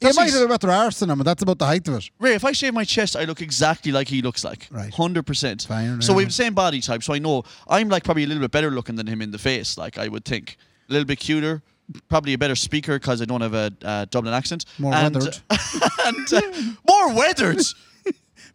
Speaker 3: That's
Speaker 2: might
Speaker 3: ex-
Speaker 2: have a better arse than him, but that's about the height of it.
Speaker 3: Ray, if I shave my chest, I look exactly like he looks like.
Speaker 2: Right.
Speaker 3: Hundred percent.
Speaker 2: Fine,
Speaker 3: So we
Speaker 2: yeah.
Speaker 3: have the same body type, so I know I'm like probably a little bit better looking than him in the face. Like I would think, a little bit cuter, probably a better speaker because I don't have a uh, Dublin accent.
Speaker 2: More
Speaker 3: and,
Speaker 2: weathered.
Speaker 3: (laughs) and uh, more weathered.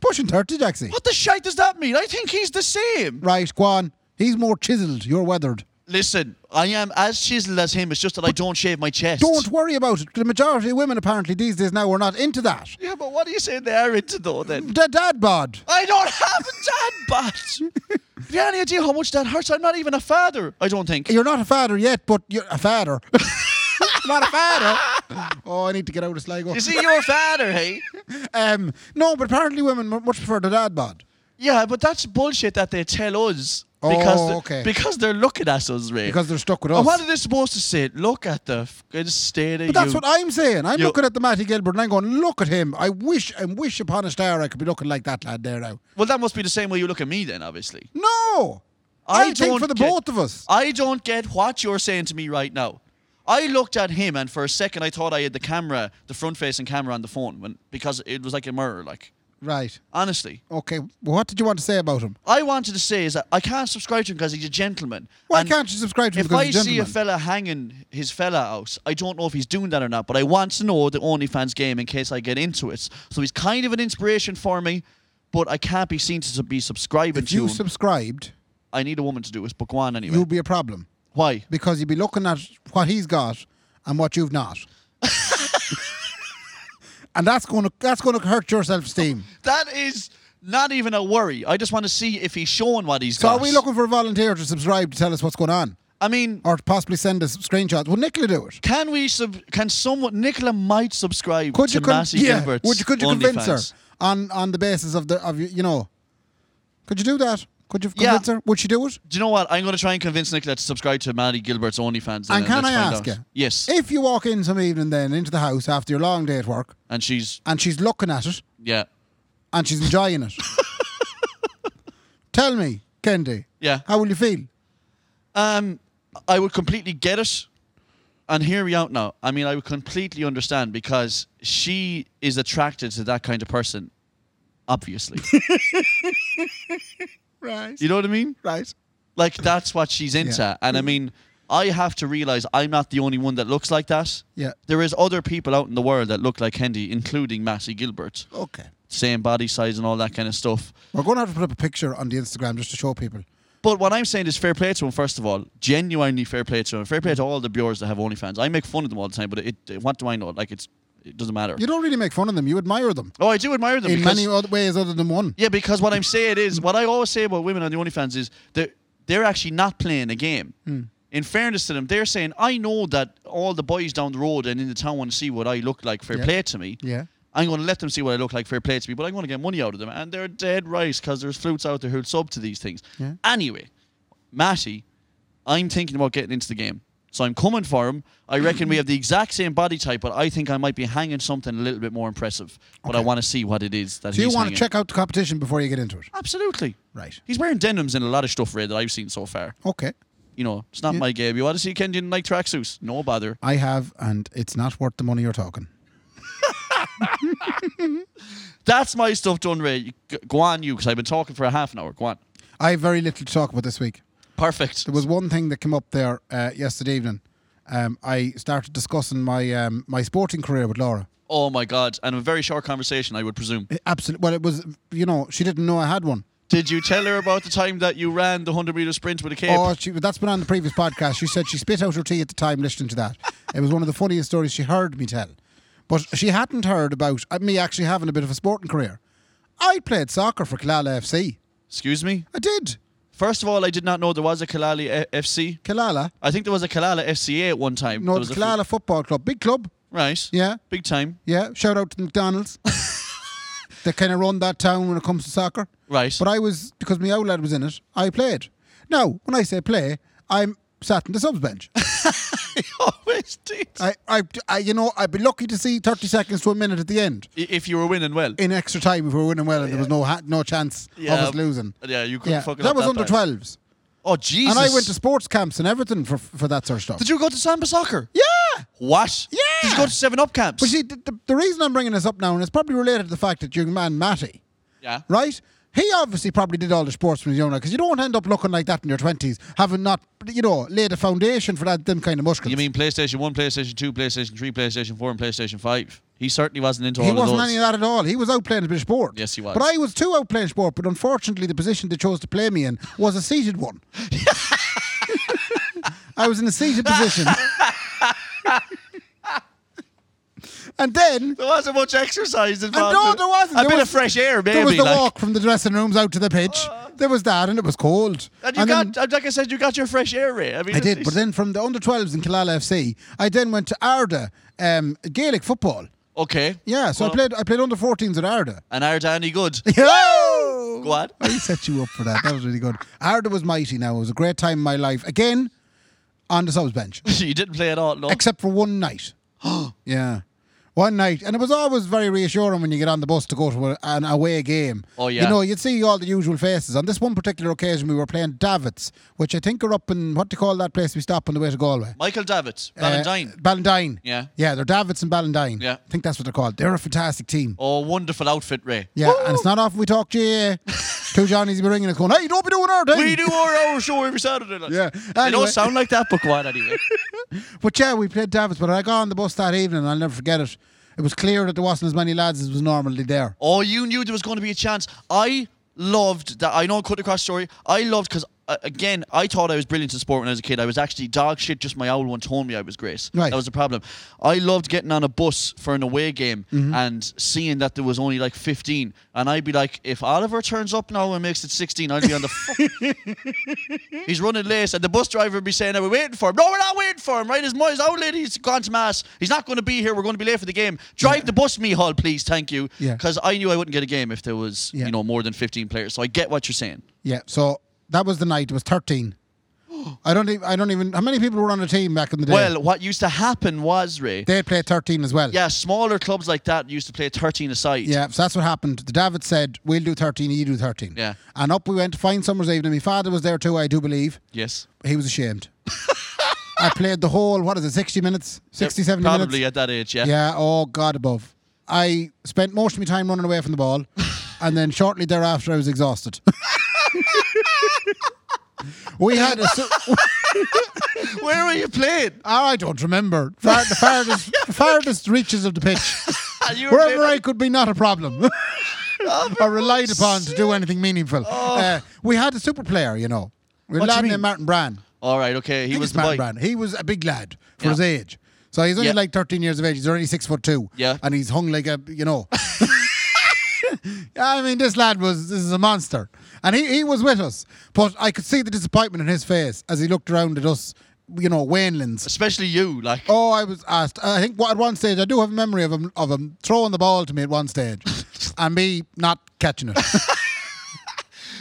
Speaker 2: Pushing thirty, Jaxie.
Speaker 3: What the shite does that mean? I think he's the same.
Speaker 2: Right, go on. He's more chiseled. You're weathered.
Speaker 3: Listen, I am as chiseled as him. It's just that I don't shave my chest.
Speaker 2: Don't worry about it. The majority of women apparently these days now are not into that.
Speaker 3: (laughs) Yeah, but what are you saying they are into though? Then
Speaker 2: The dad bod.
Speaker 3: I don't have a dad bod. Have you any idea how much that hurts? I'm not even a father. I don't think.
Speaker 2: You're not a father yet, but you're a father. (laughs) not a father. Oh, I need to get out of Sligo.
Speaker 3: You see, you're a eh? father, hey?
Speaker 2: Um, no, but apparently women mu- much prefer the dad bod.
Speaker 3: Yeah, but that's bullshit that they tell us
Speaker 2: Oh,
Speaker 3: because the-
Speaker 2: okay.
Speaker 3: because they're looking at us, Ray.
Speaker 2: Because they're stuck with us.
Speaker 3: and what are they supposed to say? Look at the fucking state of
Speaker 2: But that's
Speaker 3: you.
Speaker 2: what I'm saying. I'm
Speaker 3: You-
Speaker 2: looking at the Matty Gilbert and I'm going, look at him. I wish and wish upon a star I could be looking like that lad there now.
Speaker 3: well, that must be the same way you look at me, then, obviously.
Speaker 2: No.
Speaker 3: I
Speaker 2: think
Speaker 3: don't
Speaker 2: for the
Speaker 3: get-
Speaker 2: both of us.
Speaker 3: I don't get what you're saying to me right now. I looked at him, and for a second, I thought I had the camera, the front-facing camera, on the phone, when because it was like a mirror. Like
Speaker 2: Right.
Speaker 3: honestly,
Speaker 2: Okay. What did you want to say about him?
Speaker 3: I wanted to say is that I can't subscribe to him because he's a gentleman.
Speaker 2: Why
Speaker 3: And-
Speaker 2: can't you subscribe to him
Speaker 3: if
Speaker 2: because
Speaker 3: I
Speaker 2: he's a
Speaker 3: see a
Speaker 2: gentleman?
Speaker 3: fella hanging his fella out, I don't know if he's doing that or not, but I want to know the OnlyFans game in case I get into it. So he's kind of an inspiration for me, but I can't be seen to sub- be subscribing
Speaker 2: if
Speaker 3: to
Speaker 2: you
Speaker 3: him.
Speaker 2: subscribed,
Speaker 3: I need a woman to do it, but go on anyway.
Speaker 2: you'll be a problem.
Speaker 3: Why?
Speaker 2: because you'd be looking at what he's got and what you've not. (laughs) and that's going to that's going to hurt your self-esteem.
Speaker 3: That is not even a worry. I just want to see if he's showing what he's
Speaker 2: So
Speaker 3: got.
Speaker 2: are we looking for a volunteer to subscribe to tell us what's going on
Speaker 3: I mean,
Speaker 2: or to possibly send us screenshots? Would Nicola do it?
Speaker 3: can we sub? Can someone? Nicola might subscribe
Speaker 2: Could
Speaker 3: to
Speaker 2: you con-
Speaker 3: Massey
Speaker 2: yeah,
Speaker 3: Gilbert's
Speaker 2: would you could you convince
Speaker 3: OnlyFans.
Speaker 2: her on on the basis of the of y- you know? Could you do that? Could you
Speaker 3: Yeah.
Speaker 2: convince her? Would she do it?
Speaker 3: Do you know what? I'm going to try and convince Nicola to subscribe to Maddie Gilbert's OnlyFans.
Speaker 2: And can I
Speaker 3: Uh, let's find
Speaker 2: ask
Speaker 3: out.
Speaker 2: you?
Speaker 3: Yes.
Speaker 2: If you walk in some evening then into the house after your long day at work
Speaker 3: and she's
Speaker 2: and she's looking at it
Speaker 3: yeah.
Speaker 2: and she's enjoying
Speaker 3: (laughs)
Speaker 2: it. Tell me, Kendi.
Speaker 3: Yeah.
Speaker 2: How will you feel?
Speaker 3: Um, I would completely get it. And hear me out now. I mean, I would completely understand because she is attracted to that kind of person,
Speaker 2: (laughs)
Speaker 3: obviously.
Speaker 2: Right.
Speaker 3: you know what I mean?
Speaker 2: Right.
Speaker 3: Like, that's what she's into.
Speaker 2: Yeah.
Speaker 3: And I mean, I have to realize I'm not the only one that looks like that.
Speaker 2: Yeah.
Speaker 3: There is other people out in the world that look like Hendy, including Massey Gilbert.
Speaker 2: Okay.
Speaker 3: Same body size and all that kind of stuff.
Speaker 2: We're going to have to put up a picture on the Instagram just to show people.
Speaker 3: But what I'm saying is fair play to him, first of all. Genuinely fair play to him. Fair play to all the viewers that have OnlyFans. I make fun of them all the time, but it, it- what do I know? Like, it's it doesn't matter.
Speaker 2: You don't really make fun of them. You admire them
Speaker 3: oh, I do admire them.
Speaker 2: in
Speaker 3: because,
Speaker 2: many other ways other than one.
Speaker 3: yeah, because what I'm saying is, what I always say about women on the OnlyFans is they're, they're actually not playing a game.
Speaker 2: Hmm.
Speaker 3: In fairness to them, they're saying, I know that all the boys down the road and in the town want to see what I look like. Fair
Speaker 2: Yeah.
Speaker 3: play to me.
Speaker 2: Yeah.
Speaker 3: I'm going to let them see what I look like, fair play to me, but I'm going to get money out of them. And they're dead right because there's flutes out there who'll sub to these things.
Speaker 2: Yeah.
Speaker 3: Anyway, Matty, I'm thinking about getting into the game. So I'm coming for him. I reckon we have the exact same body type, but I think I might be hanging something a little bit more impressive. But I want to see what it is that
Speaker 2: So you
Speaker 3: he's
Speaker 2: want to
Speaker 3: hanging.
Speaker 2: check out the competition before you get into it.
Speaker 3: Absolutely.
Speaker 2: Right.
Speaker 3: He's wearing denims in a lot of stuff, Ray, that I've seen so far.
Speaker 2: Okay.
Speaker 3: You know, it's not my game. You want to see Kenyan like tracksuits? No bother.
Speaker 2: I have, and it's not worth the money you're talking.
Speaker 3: That's my stuff done, Ray. You- g- Go on, you, because I've been talking for a half an hour. Go on.
Speaker 2: I have very little to talk about this week.
Speaker 3: Perfect.
Speaker 2: There was one thing that came up there uh, yesterday evening. Um, I started discussing my um, my sporting career with Laura.
Speaker 3: Oh my God. And a very short conversation, I would presume.
Speaker 2: Absolutely. Well, it was you know she didn't know I had one.
Speaker 3: Did you tell her about the time that you ran the 100 meter sprint with a cape?
Speaker 2: Oh, she, that's been on the previous podcast. She said she spit out her tea at the time listening to that. It was one of the funniest stories she heard me tell. But she hadn't heard about uh, me actually having a bit of a sporting career. I played soccer for Kalala FC.
Speaker 3: Excuse me?
Speaker 2: I did.
Speaker 3: First of all, I did not know there was a Kalali eh, F- FC.
Speaker 2: Kalala.
Speaker 3: I think there was a Kalala FCA at one time.
Speaker 2: No,
Speaker 3: There
Speaker 2: it's
Speaker 3: was a few-
Speaker 2: Kalala Football Club. Big club.
Speaker 3: Right.
Speaker 2: Yeah.
Speaker 3: Big time.
Speaker 2: Yeah. Shout out to
Speaker 3: (laughs)
Speaker 2: McDonald's. they kind of run that town when it comes to soccer.
Speaker 3: Right.
Speaker 2: But I was, because my old lad was in it, I played. Now, when I say play, I'm sat in the subs
Speaker 3: (laughs)
Speaker 2: bench.
Speaker 3: always did.
Speaker 2: I, I, I, you know, I'd be lucky to see 30 seconds to a minute at the end.
Speaker 3: I- if you were winning well.
Speaker 2: in extra time if we were winning well and there was no ha- no chance of us losing.
Speaker 3: Yeah, you couldn't
Speaker 2: Yeah,
Speaker 3: fucking
Speaker 2: that was
Speaker 3: that
Speaker 2: under
Speaker 3: time.
Speaker 2: 12s.
Speaker 3: Oh, Jesus.
Speaker 2: And I went to sports camps and everything for for that sort of stuff.
Speaker 3: Did you go to Samba Soccer?
Speaker 2: yeah.
Speaker 3: What?
Speaker 2: Yeah.
Speaker 3: Did you go to 7 Up camps?
Speaker 2: But see, the, the, the reason I'm bringing this up now, and it's probably related to the fact that your man Matty,
Speaker 3: yeah.
Speaker 2: right? He obviously probably did all the sports when he was young, because you don't end up looking like that in your 20s, having not, you know, laid a foundation for that them kind of muscles.
Speaker 3: You mean PlayStation 1, PlayStation 2, PlayStation 3, PlayStation 4, and PlayStation 5? He certainly wasn't into
Speaker 2: He
Speaker 3: all
Speaker 2: wasn't
Speaker 3: of those.
Speaker 2: any of that at all. He was out playing a bit of sport.
Speaker 3: Yes, he was.
Speaker 2: But I was too out playing sport. But unfortunately, the position they chose to play me in was a seated
Speaker 3: (laughs)
Speaker 2: one. I was in a seated
Speaker 3: (laughs)
Speaker 2: position. and then
Speaker 3: There wasn't much exercise involved.
Speaker 2: no, there wasn't.
Speaker 3: A
Speaker 2: There
Speaker 3: bit
Speaker 2: was-
Speaker 3: of fresh air, maybe.
Speaker 2: there was the
Speaker 3: like.
Speaker 2: walk from the dressing rooms out to the pitch. there was that, and it was cold.
Speaker 3: And you
Speaker 2: And then-
Speaker 3: got, like I said, you got your fresh air, Ray. I mean,
Speaker 2: I
Speaker 3: it's-
Speaker 2: did, but then from the under 12s in Killala FC, I then went to Arda um, Gaelic football.
Speaker 3: okay.
Speaker 2: Yeah, so
Speaker 3: Well,
Speaker 2: I played. I played under 14s at Arda. (laughs)
Speaker 3: And are any good? (laughs)
Speaker 2: Yo!
Speaker 3: Go on.
Speaker 2: I set you up for that. That was really good. Arda was mighty now. It was a great time in my life. Again, on the subs bench,
Speaker 3: you didn't play at all, no.
Speaker 2: except for one night.
Speaker 3: (gasps)
Speaker 2: yeah. One night. And it was always very reassuring when you get on the bus to go to a- an away game.
Speaker 3: Oh, yeah.
Speaker 2: You know, you'd see all the usual faces. On this one particular occasion, we were playing Davits, which I think are up in, what do you call that place we stop on the way to Galway?
Speaker 3: Michael Davitt,
Speaker 2: Uh,
Speaker 3: Valentine.
Speaker 2: Ballandine.
Speaker 3: Yeah.
Speaker 2: Yeah, they're Davits and Ballandine.
Speaker 3: Yeah.
Speaker 2: I think that's what they're called. They're a fantastic team.
Speaker 3: oh, wonderful outfit, Ray.
Speaker 2: Yeah, and it's not often we talk to
Speaker 3: (laughs)
Speaker 2: uh, two Johnnies be ringing us going, hey, don't be doing our thing.
Speaker 3: We do our hour show every Saturday night.
Speaker 2: Yeah,
Speaker 3: They
Speaker 2: anyway.
Speaker 3: don't sound like that, but go on
Speaker 2: (laughs)
Speaker 3: anyway.
Speaker 2: But yeah, we played Davis, but I got on the bus that evening and I'll never forget it. It was clear that there wasn't as many lads as was normally there.
Speaker 3: Oh, you knew there was going to be a chance. I loved that. I know it cut across story. I loved because. Uh, again, I thought I was brilliant in sport when I was a kid. I was actually dog shit. Just my old one told me I was great.
Speaker 2: Right.
Speaker 3: That was the problem. I loved getting on a bus for an away game
Speaker 2: Mm-hmm.
Speaker 3: and seeing that there was only like 15. And I'd be like, if Oliver turns up now and makes it 16, I'd be on the. Fuck.
Speaker 2: (laughs)
Speaker 3: He's running late, and the bus driver would be saying, "Are we waiting for him?" No, we're not waiting for him. Right? His, mo- his old lady's gone to mass. He's not going to be here. We're going to be late for the game. Drive the bus, me hall, please. Thank you.
Speaker 2: Yeah.
Speaker 3: Because I knew I wouldn't get a game if there was,
Speaker 2: Yeah.
Speaker 3: you know, more than 15 players. So I get what you're saying.
Speaker 2: Yeah, so that was the night. It was
Speaker 3: (gasps)
Speaker 2: 13. I don't even, I don't even, how many people were on the team back in the day?
Speaker 3: Well, what used to happen was, Ray,
Speaker 2: they played 13 as well.
Speaker 3: yeah, smaller clubs like that used to play 13 aside.
Speaker 2: Yeah, so that's what happened. The David said, we'll do 13, you do 13.
Speaker 3: Yeah.
Speaker 2: And up we went to find Summers evening. My father was there too, I do believe.
Speaker 3: Yes.
Speaker 2: He was
Speaker 3: (laughs)
Speaker 2: ashamed. I played the whole, what is it, 60 minutes? 60, 70 minutes?
Speaker 3: Probably at that age, yeah.
Speaker 2: Yeah, oh God above. I spent most of my time running away from the
Speaker 3: (laughs)
Speaker 2: ball, and then shortly thereafter, I was exhausted. we had a. Su-
Speaker 3: Where were you playing?
Speaker 2: I don't remember. Far, the
Speaker 3: (laughs)
Speaker 2: farthest, the farthest reaches of the pitch.
Speaker 3: Ah, You were
Speaker 2: Wherever I
Speaker 3: playing-
Speaker 2: could be, not a problem.
Speaker 3: Oh,
Speaker 2: (laughs) or relied upon to do anything meaningful. Uh, we had a super player, you know. We had a
Speaker 3: What do you
Speaker 2: lad
Speaker 3: mean?
Speaker 2: named Martin Brand.
Speaker 3: All right, okay. He
Speaker 2: think
Speaker 3: was
Speaker 2: it's
Speaker 3: the
Speaker 2: Martin
Speaker 3: boy.
Speaker 2: Brand. He was a big lad for
Speaker 3: Yeah.
Speaker 2: his age. So he's only
Speaker 3: Yeah.
Speaker 2: like 13 years of age. He's already six foot two.
Speaker 3: Yeah.
Speaker 2: And he's hung like a, you
Speaker 3: (laughs)
Speaker 2: know. (laughs) I mean, this lad was, this is a monster. And he, he was with us. But I could see the disappointment in his face as he looked around at us, you know, Wanelands.
Speaker 3: Especially you, like.
Speaker 2: Oh, I was asked. I think at one stage, I do have a memory of him, of him throwing the ball to me at one
Speaker 3: (laughs)
Speaker 2: stage and me not catching it.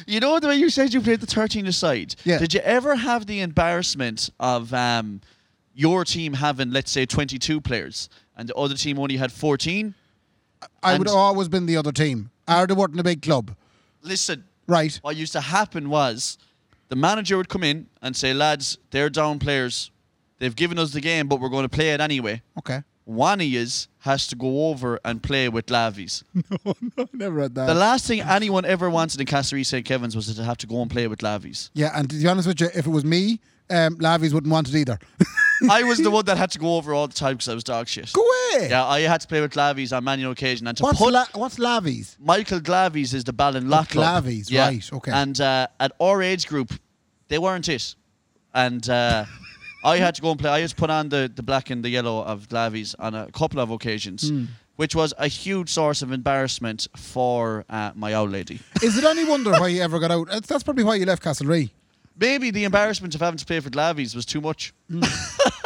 Speaker 3: You know the way you said you played the 13 aside?
Speaker 2: Yeah.
Speaker 3: Did you ever have the embarrassment of um, your team having, let's say, 22 players and the other team only had 14?
Speaker 2: I
Speaker 3: And-
Speaker 2: would have always been the other team. Arda weren't in a big club.
Speaker 3: Listen,
Speaker 2: Right.
Speaker 3: what used to happen was the manager would come in and say, lads, they're down players. They've given us the game, but we're going to play it anyway. (laughs)
Speaker 2: Okay.
Speaker 3: one of yous has to go over and play with lavies.
Speaker 2: I never read that.
Speaker 3: The last thing anyone ever wanted in Castlereagh St. Kevin's was to have to go and play with lavies.
Speaker 2: yeah, and to be honest with you, if it was me, um, Lavies wouldn't want it either. (laughs)
Speaker 3: I was the one that had to go over all the time because I was dog shit.
Speaker 2: Go away.
Speaker 3: Yeah, I had to play with Glavies on many occasions. And to
Speaker 2: What's,
Speaker 3: put
Speaker 2: la- what's Lavies?
Speaker 3: Michael Glavies is the Ballon Lock Club.
Speaker 2: Oh, Glavies, right, okay.
Speaker 3: And uh, at our age group, they weren't it. And uh, (laughs) I had to go and play. I had to put on the, the black and the yellow of Glavies on a couple of occasions,
Speaker 2: Hmm.
Speaker 3: which was a huge source of embarrassment for uh, my old lady.
Speaker 2: Is it any wonder why you ever got out? That's- That's probably why you left
Speaker 3: (laughs)
Speaker 2: Castlereagh.
Speaker 3: Maybe the embarrassment of having to play for Glavies was too much.
Speaker 2: Hmm.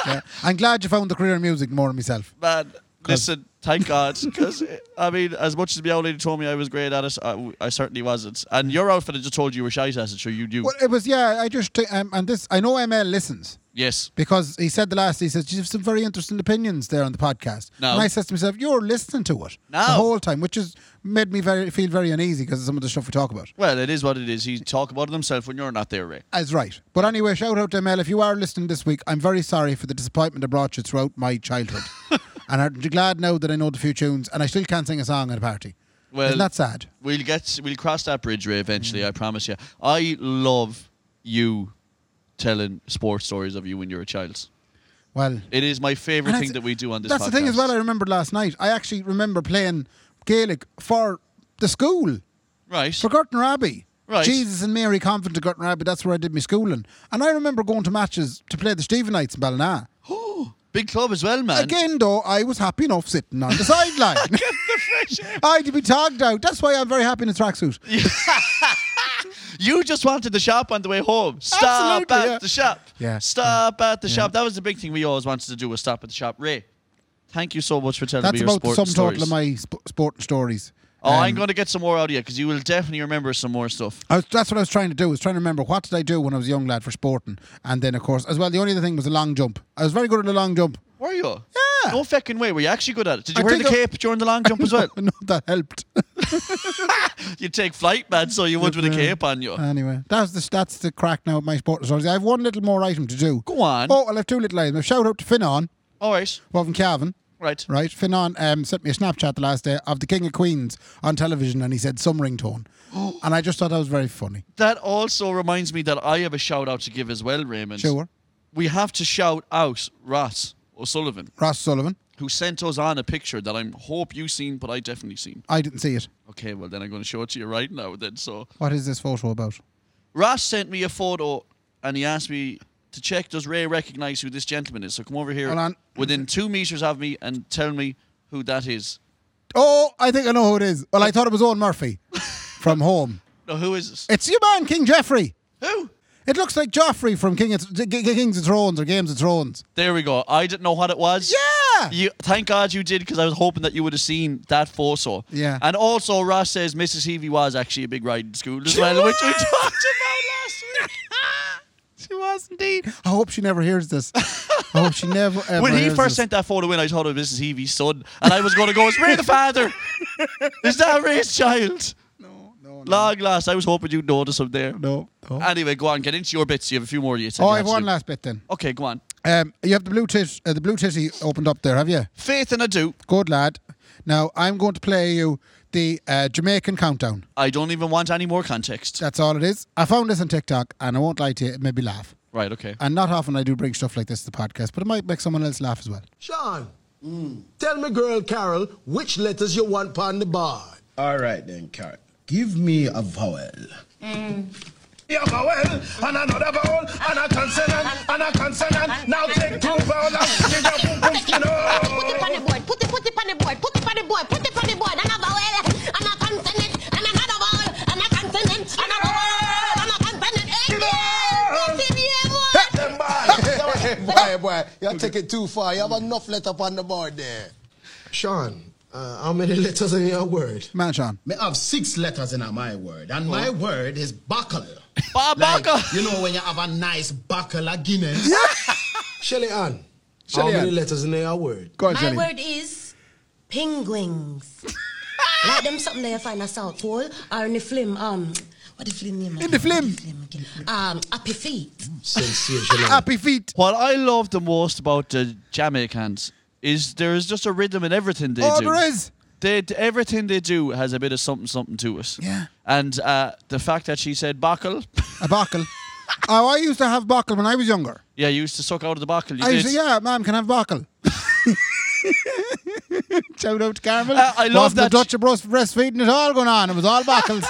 Speaker 2: Yeah. I'm glad you found the career in music more than myself. (laughs)
Speaker 3: man, listen, thank God, because I mean, as much as the old lady told me I was great at it, I, I certainly wasn't. And your outfit, I just told you you were shite at it, so you do.
Speaker 2: Well, it was yeah. I just um, and this I know ML listens
Speaker 3: Yes.
Speaker 2: because he said the last he says you have some very interesting opinions there on the podcast.
Speaker 3: No.
Speaker 2: And I said to myself, you're listening to it
Speaker 3: No.
Speaker 2: the whole time, which has made me very feel very uneasy because of some of the stuff we talk about.
Speaker 3: Well, it is what it is. He talk about it himself when you're not there, Ray.
Speaker 2: That's right. But anyway, shout out to ML if you are listening this week. I'm very sorry for the disappointment I brought you throughout my
Speaker 3: (laughs)
Speaker 2: childhood, and I'm glad now that I know the few tunes and I still can't sing a song at a party.
Speaker 3: Well-
Speaker 2: Isn't that sad?
Speaker 3: We'll get we'll cross that bridge, Ray, eventually.
Speaker 2: Mm.
Speaker 3: I promise you. I love you telling sports stories of you when you're a child.
Speaker 2: Well,
Speaker 3: It is my favorite
Speaker 2: And
Speaker 3: thing
Speaker 2: that's-
Speaker 3: that we do on this.
Speaker 2: That's the thing as
Speaker 3: podcast.
Speaker 2: well. uh, I remembered last night. I actually remember playing Gaelic for the school
Speaker 3: Right.
Speaker 2: for Gurton Abbey.
Speaker 3: Right.
Speaker 2: Jesus and Mary Convent to Gurton Abbey. That's where I did my schooling. And I remember going to matches to play the Stephenites in Ballina.
Speaker 3: Big club as well, man.
Speaker 2: Again, though, I was happy enough sitting on the
Speaker 3: (laughs)
Speaker 2: sideline. (laughs) I'd be tagged out. That's why I'm very happy in a tracksuit.
Speaker 3: You just wanted the shop on the way home. Stop
Speaker 2: Absolutely,
Speaker 3: at
Speaker 2: yeah.
Speaker 3: the shop.
Speaker 2: Yeah,
Speaker 3: Stop at the shop. That was the big thing we always wanted to do was stop at the shop. Ray, thank you so much for telling
Speaker 2: That's
Speaker 3: me your
Speaker 2: about the
Speaker 3: sport
Speaker 2: sum
Speaker 3: stories.
Speaker 2: total of my sp- sporting stories.
Speaker 3: oh,
Speaker 2: Um,
Speaker 3: I'm going to get some more out of you because you will definitely remember some more stuff.
Speaker 2: I was, that's what I was trying to do. Was trying to remember what did I do when I was a young lad for sporting, and then of course as well. The only other thing was the long jump. I was very good at the long jump.
Speaker 3: Were you?
Speaker 2: Yeah.
Speaker 3: No fucking way. Were you actually good at it? Did you
Speaker 2: I
Speaker 3: wear the
Speaker 2: think I-
Speaker 3: cape during the long jump
Speaker 2: (laughs)
Speaker 3: as well?
Speaker 2: I know that helped.
Speaker 3: You take flight, man, so you would with a
Speaker 2: Yeah.
Speaker 3: cape on you.
Speaker 2: Anyway, that's the that's the crack now of my sporting stories. I have one little more item to do.
Speaker 3: Go on.
Speaker 2: Oh, I'll have two little items. Shout out to Finon,
Speaker 3: All right.
Speaker 2: well from Calvin.
Speaker 3: Right.
Speaker 2: Right, Finon um, sent me a Snapchat the last day of the King of Queens on television, and he said some ringtone, (gasps) and I just thought that was very funny.
Speaker 3: That also reminds me that I have a shout out to give as well, Raymond.
Speaker 2: Sure,
Speaker 3: We have to shout out Ross O'Sullivan.
Speaker 2: Ross Sullivan.
Speaker 3: who sent us on a picture that I am hope you seen, but I definitely seen.
Speaker 2: I didn't see it.
Speaker 3: Okay, well then I'm going to show it to you right now. Then so
Speaker 2: What is this photo about?
Speaker 3: Ross sent me a photo and he asked me to check does Ray recognize who this gentleman is. So come over here
Speaker 2: Hold on.
Speaker 3: within two meters of me and tell me who that is.
Speaker 2: Oh, I think I know who it is. Well, I thought it was Owen (laughs) Murphy from home.
Speaker 3: No, who is this?
Speaker 2: It's your man, King Jeffrey.
Speaker 3: Who?
Speaker 2: It looks like Joffrey from King of, Th- G- G- Kings of Thrones or Games of Thrones.
Speaker 3: There we go. I didn't know what it was.
Speaker 2: Yeah.
Speaker 3: You, thank God you did because I was hoping that you would have seen that photo.
Speaker 2: Yeah.
Speaker 3: And also, Ross says Mrs. Heavey was actually a big riding school as well, which we talked about last week.
Speaker 2: She was indeed. I hope she never hears this. I hope she never ever
Speaker 3: When he
Speaker 2: hears
Speaker 3: first
Speaker 2: this.
Speaker 3: sent that photo in, I thought it was Mrs. Heavy's son, and I was going to go, "Is Ray
Speaker 2: (laughs)
Speaker 3: the father? Is that Ray's child?"
Speaker 2: No, no, no.
Speaker 3: Long last, I was hoping you'd notice him there.
Speaker 2: no, no.
Speaker 3: Anyway, go on, get into your bits. You have a few more. You said
Speaker 2: Oh,
Speaker 3: you
Speaker 2: I
Speaker 3: had
Speaker 2: have
Speaker 3: to
Speaker 2: one
Speaker 3: do.
Speaker 2: last bit then.
Speaker 3: Okay, go on.
Speaker 2: Um, you have the blue tit, uh, the blue titty opened up there, have you?
Speaker 3: Faith and I do.
Speaker 2: Good lad. Now I'm going to play you the uh, Jamaican countdown.
Speaker 3: I don't even want any more context.
Speaker 2: That's all it is. I found this on TikTok, and I won't lie to you, it made me laugh.
Speaker 3: Right. Okay.
Speaker 2: And not often I do bring stuff like this to the podcast, but it might make someone else laugh as well.
Speaker 5: Sean,
Speaker 6: Mm.
Speaker 5: tell me, girl Carol, which letters you want on the board?
Speaker 6: All right then, Carrot. Give me a vowel.
Speaker 5: Mm. A vowel and another vowel and a consonant and a consonant. Now take two vowels and give a boom boom skin.
Speaker 7: Put it on the board, put it, put it on the board, put it on the board, put it on the board, and a vowel, and a consonant, and another vowel, and a consonant, and a vowel, and a consonant. Hey, yeah, that's it, yeah, boy.
Speaker 5: (laughs) boy, boy, you're taking too far. You have enough letter on the board there. Sean, uh, how many (laughs) letters in your word?
Speaker 2: Man, Sean.
Speaker 6: Me have six letters in a my word, and my word is buckle.
Speaker 3: Ba-
Speaker 6: Like,
Speaker 3: baca.
Speaker 6: you know when you have a nice buckle of Guinness.
Speaker 5: Shelly Ann, how
Speaker 2: Shelley
Speaker 5: many
Speaker 2: Ann.
Speaker 5: letters in your word?
Speaker 2: Go on,
Speaker 7: My
Speaker 2: Shelley.
Speaker 7: word is penguins. like them something that you find a South Pole or in the flim. Um, what the flim name? In
Speaker 2: the flim.
Speaker 7: Um, happy feet.
Speaker 5: Sensational.
Speaker 2: Happy feet.
Speaker 3: What I love the most about the Jamaicans is there is just a rhythm in everything they
Speaker 2: Oh,
Speaker 3: do.
Speaker 2: there is.
Speaker 3: They, everything they do has a bit of something something to it.
Speaker 2: Yeah.
Speaker 3: And uh, the fact that she said buckle, (laughs)
Speaker 2: A bockle. (laughs) oh, I used to have bockle when I was younger.
Speaker 3: yeah, you used to suck out of the buckle. You
Speaker 2: I
Speaker 3: did.
Speaker 2: used to, yeah, ma'am, can I have (laughs) bockle? Shout out to Carmel.
Speaker 3: Uh, I love
Speaker 2: Wasn't
Speaker 3: that
Speaker 2: The Dutch of breast- breastfeeding at all going on. It was all
Speaker 3: (laughs)
Speaker 2: bockles.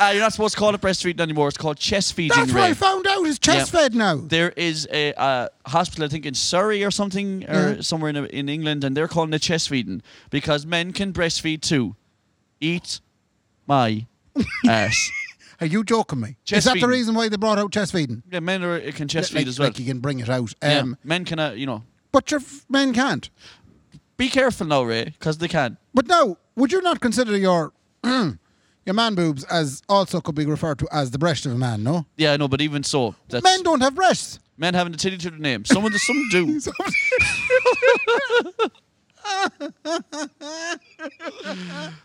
Speaker 3: Uh, you're not supposed to call it breastfeeding anymore. It's called chest feeding.
Speaker 2: That's what I
Speaker 3: Ray.
Speaker 2: found out. It's chest
Speaker 3: Yeah.
Speaker 2: fed now.
Speaker 3: There is a uh, hospital, I think, in Surrey or something, or somewhere in, in England, and they're calling it chest feeding because men can breastfeed too. Eat
Speaker 2: (laughs)
Speaker 3: my ass.
Speaker 2: Are you joking me?
Speaker 3: Chest
Speaker 2: Is that
Speaker 3: feeding.
Speaker 2: the reason why they brought out chest feeding?
Speaker 3: Yeah, men are, can chest feed
Speaker 2: like,
Speaker 3: as well.
Speaker 2: like you can bring it out.
Speaker 3: yeah.
Speaker 2: Um,
Speaker 3: Men can, uh, you know,
Speaker 2: But your f- men can't.
Speaker 3: be careful now, Ray, because they can.
Speaker 2: But now, would you not consider your (clears throat) your man boobs as also could be referred to as the breast of a man? No,
Speaker 3: Yeah, I know, but even so, that's
Speaker 2: men don't have breasts.
Speaker 3: men having a titty to their name. Some of the, some
Speaker 2: (laughs)
Speaker 3: do. (laughs)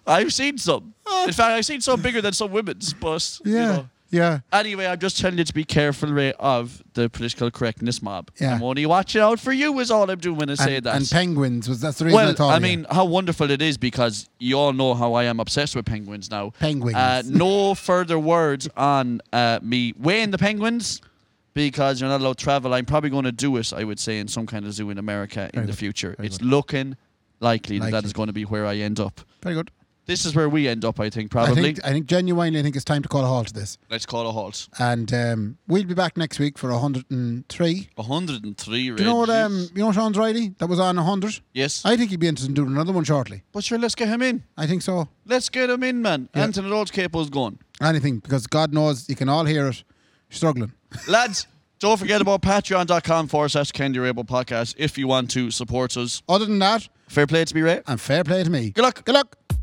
Speaker 3: I've seen some. In fact, I've seen some bigger than some women's, but you
Speaker 2: Yeah,
Speaker 3: know.
Speaker 2: yeah.
Speaker 3: Anyway, I'm just telling you to be careful, Ray, of the political correctness mob.
Speaker 2: Yeah.
Speaker 3: I'm only watching out for you is all I'm doing when I say
Speaker 2: and,
Speaker 3: that.
Speaker 2: and penguins was that's the reason I
Speaker 3: well,
Speaker 2: thought.
Speaker 3: I
Speaker 2: of you.
Speaker 3: mean, how wonderful it is because you all know how I am obsessed with penguins now.
Speaker 2: Penguins.
Speaker 3: Uh, no further words on uh, me weighing the penguins because you're not allowed to travel. I'm probably going to do it, I would say, in some kind of zoo in America in the future. it's looking likely, that that
Speaker 2: Likely.
Speaker 3: is going to be where I end up.
Speaker 2: very good.
Speaker 3: This is where we end up, I think,
Speaker 2: I
Speaker 3: probably.
Speaker 2: think I think genuinely, I think it's time to call a halt to this,
Speaker 3: Let's call a halt.
Speaker 2: and um, we'll be back next week for hundred and three.
Speaker 3: 103
Speaker 2: Do you know what? Um, you know Sean's Riley that was on hundred.
Speaker 3: Yes.
Speaker 2: I think he'd be interested in doing another one shortly.
Speaker 3: but sure, let's get him in.
Speaker 2: I think so.
Speaker 3: Let's get him in, man.
Speaker 2: Yeah.
Speaker 3: Anthony Lord's capo's gone.
Speaker 2: Anything because God knows you can all hear it struggling.
Speaker 3: Lads, don't forget about patreon.com forward slash Candy Rabble podcast if you want to support us.
Speaker 2: Other than that,
Speaker 3: Fair play to be right.
Speaker 2: and fair play to me.
Speaker 3: Good luck.
Speaker 2: Good luck.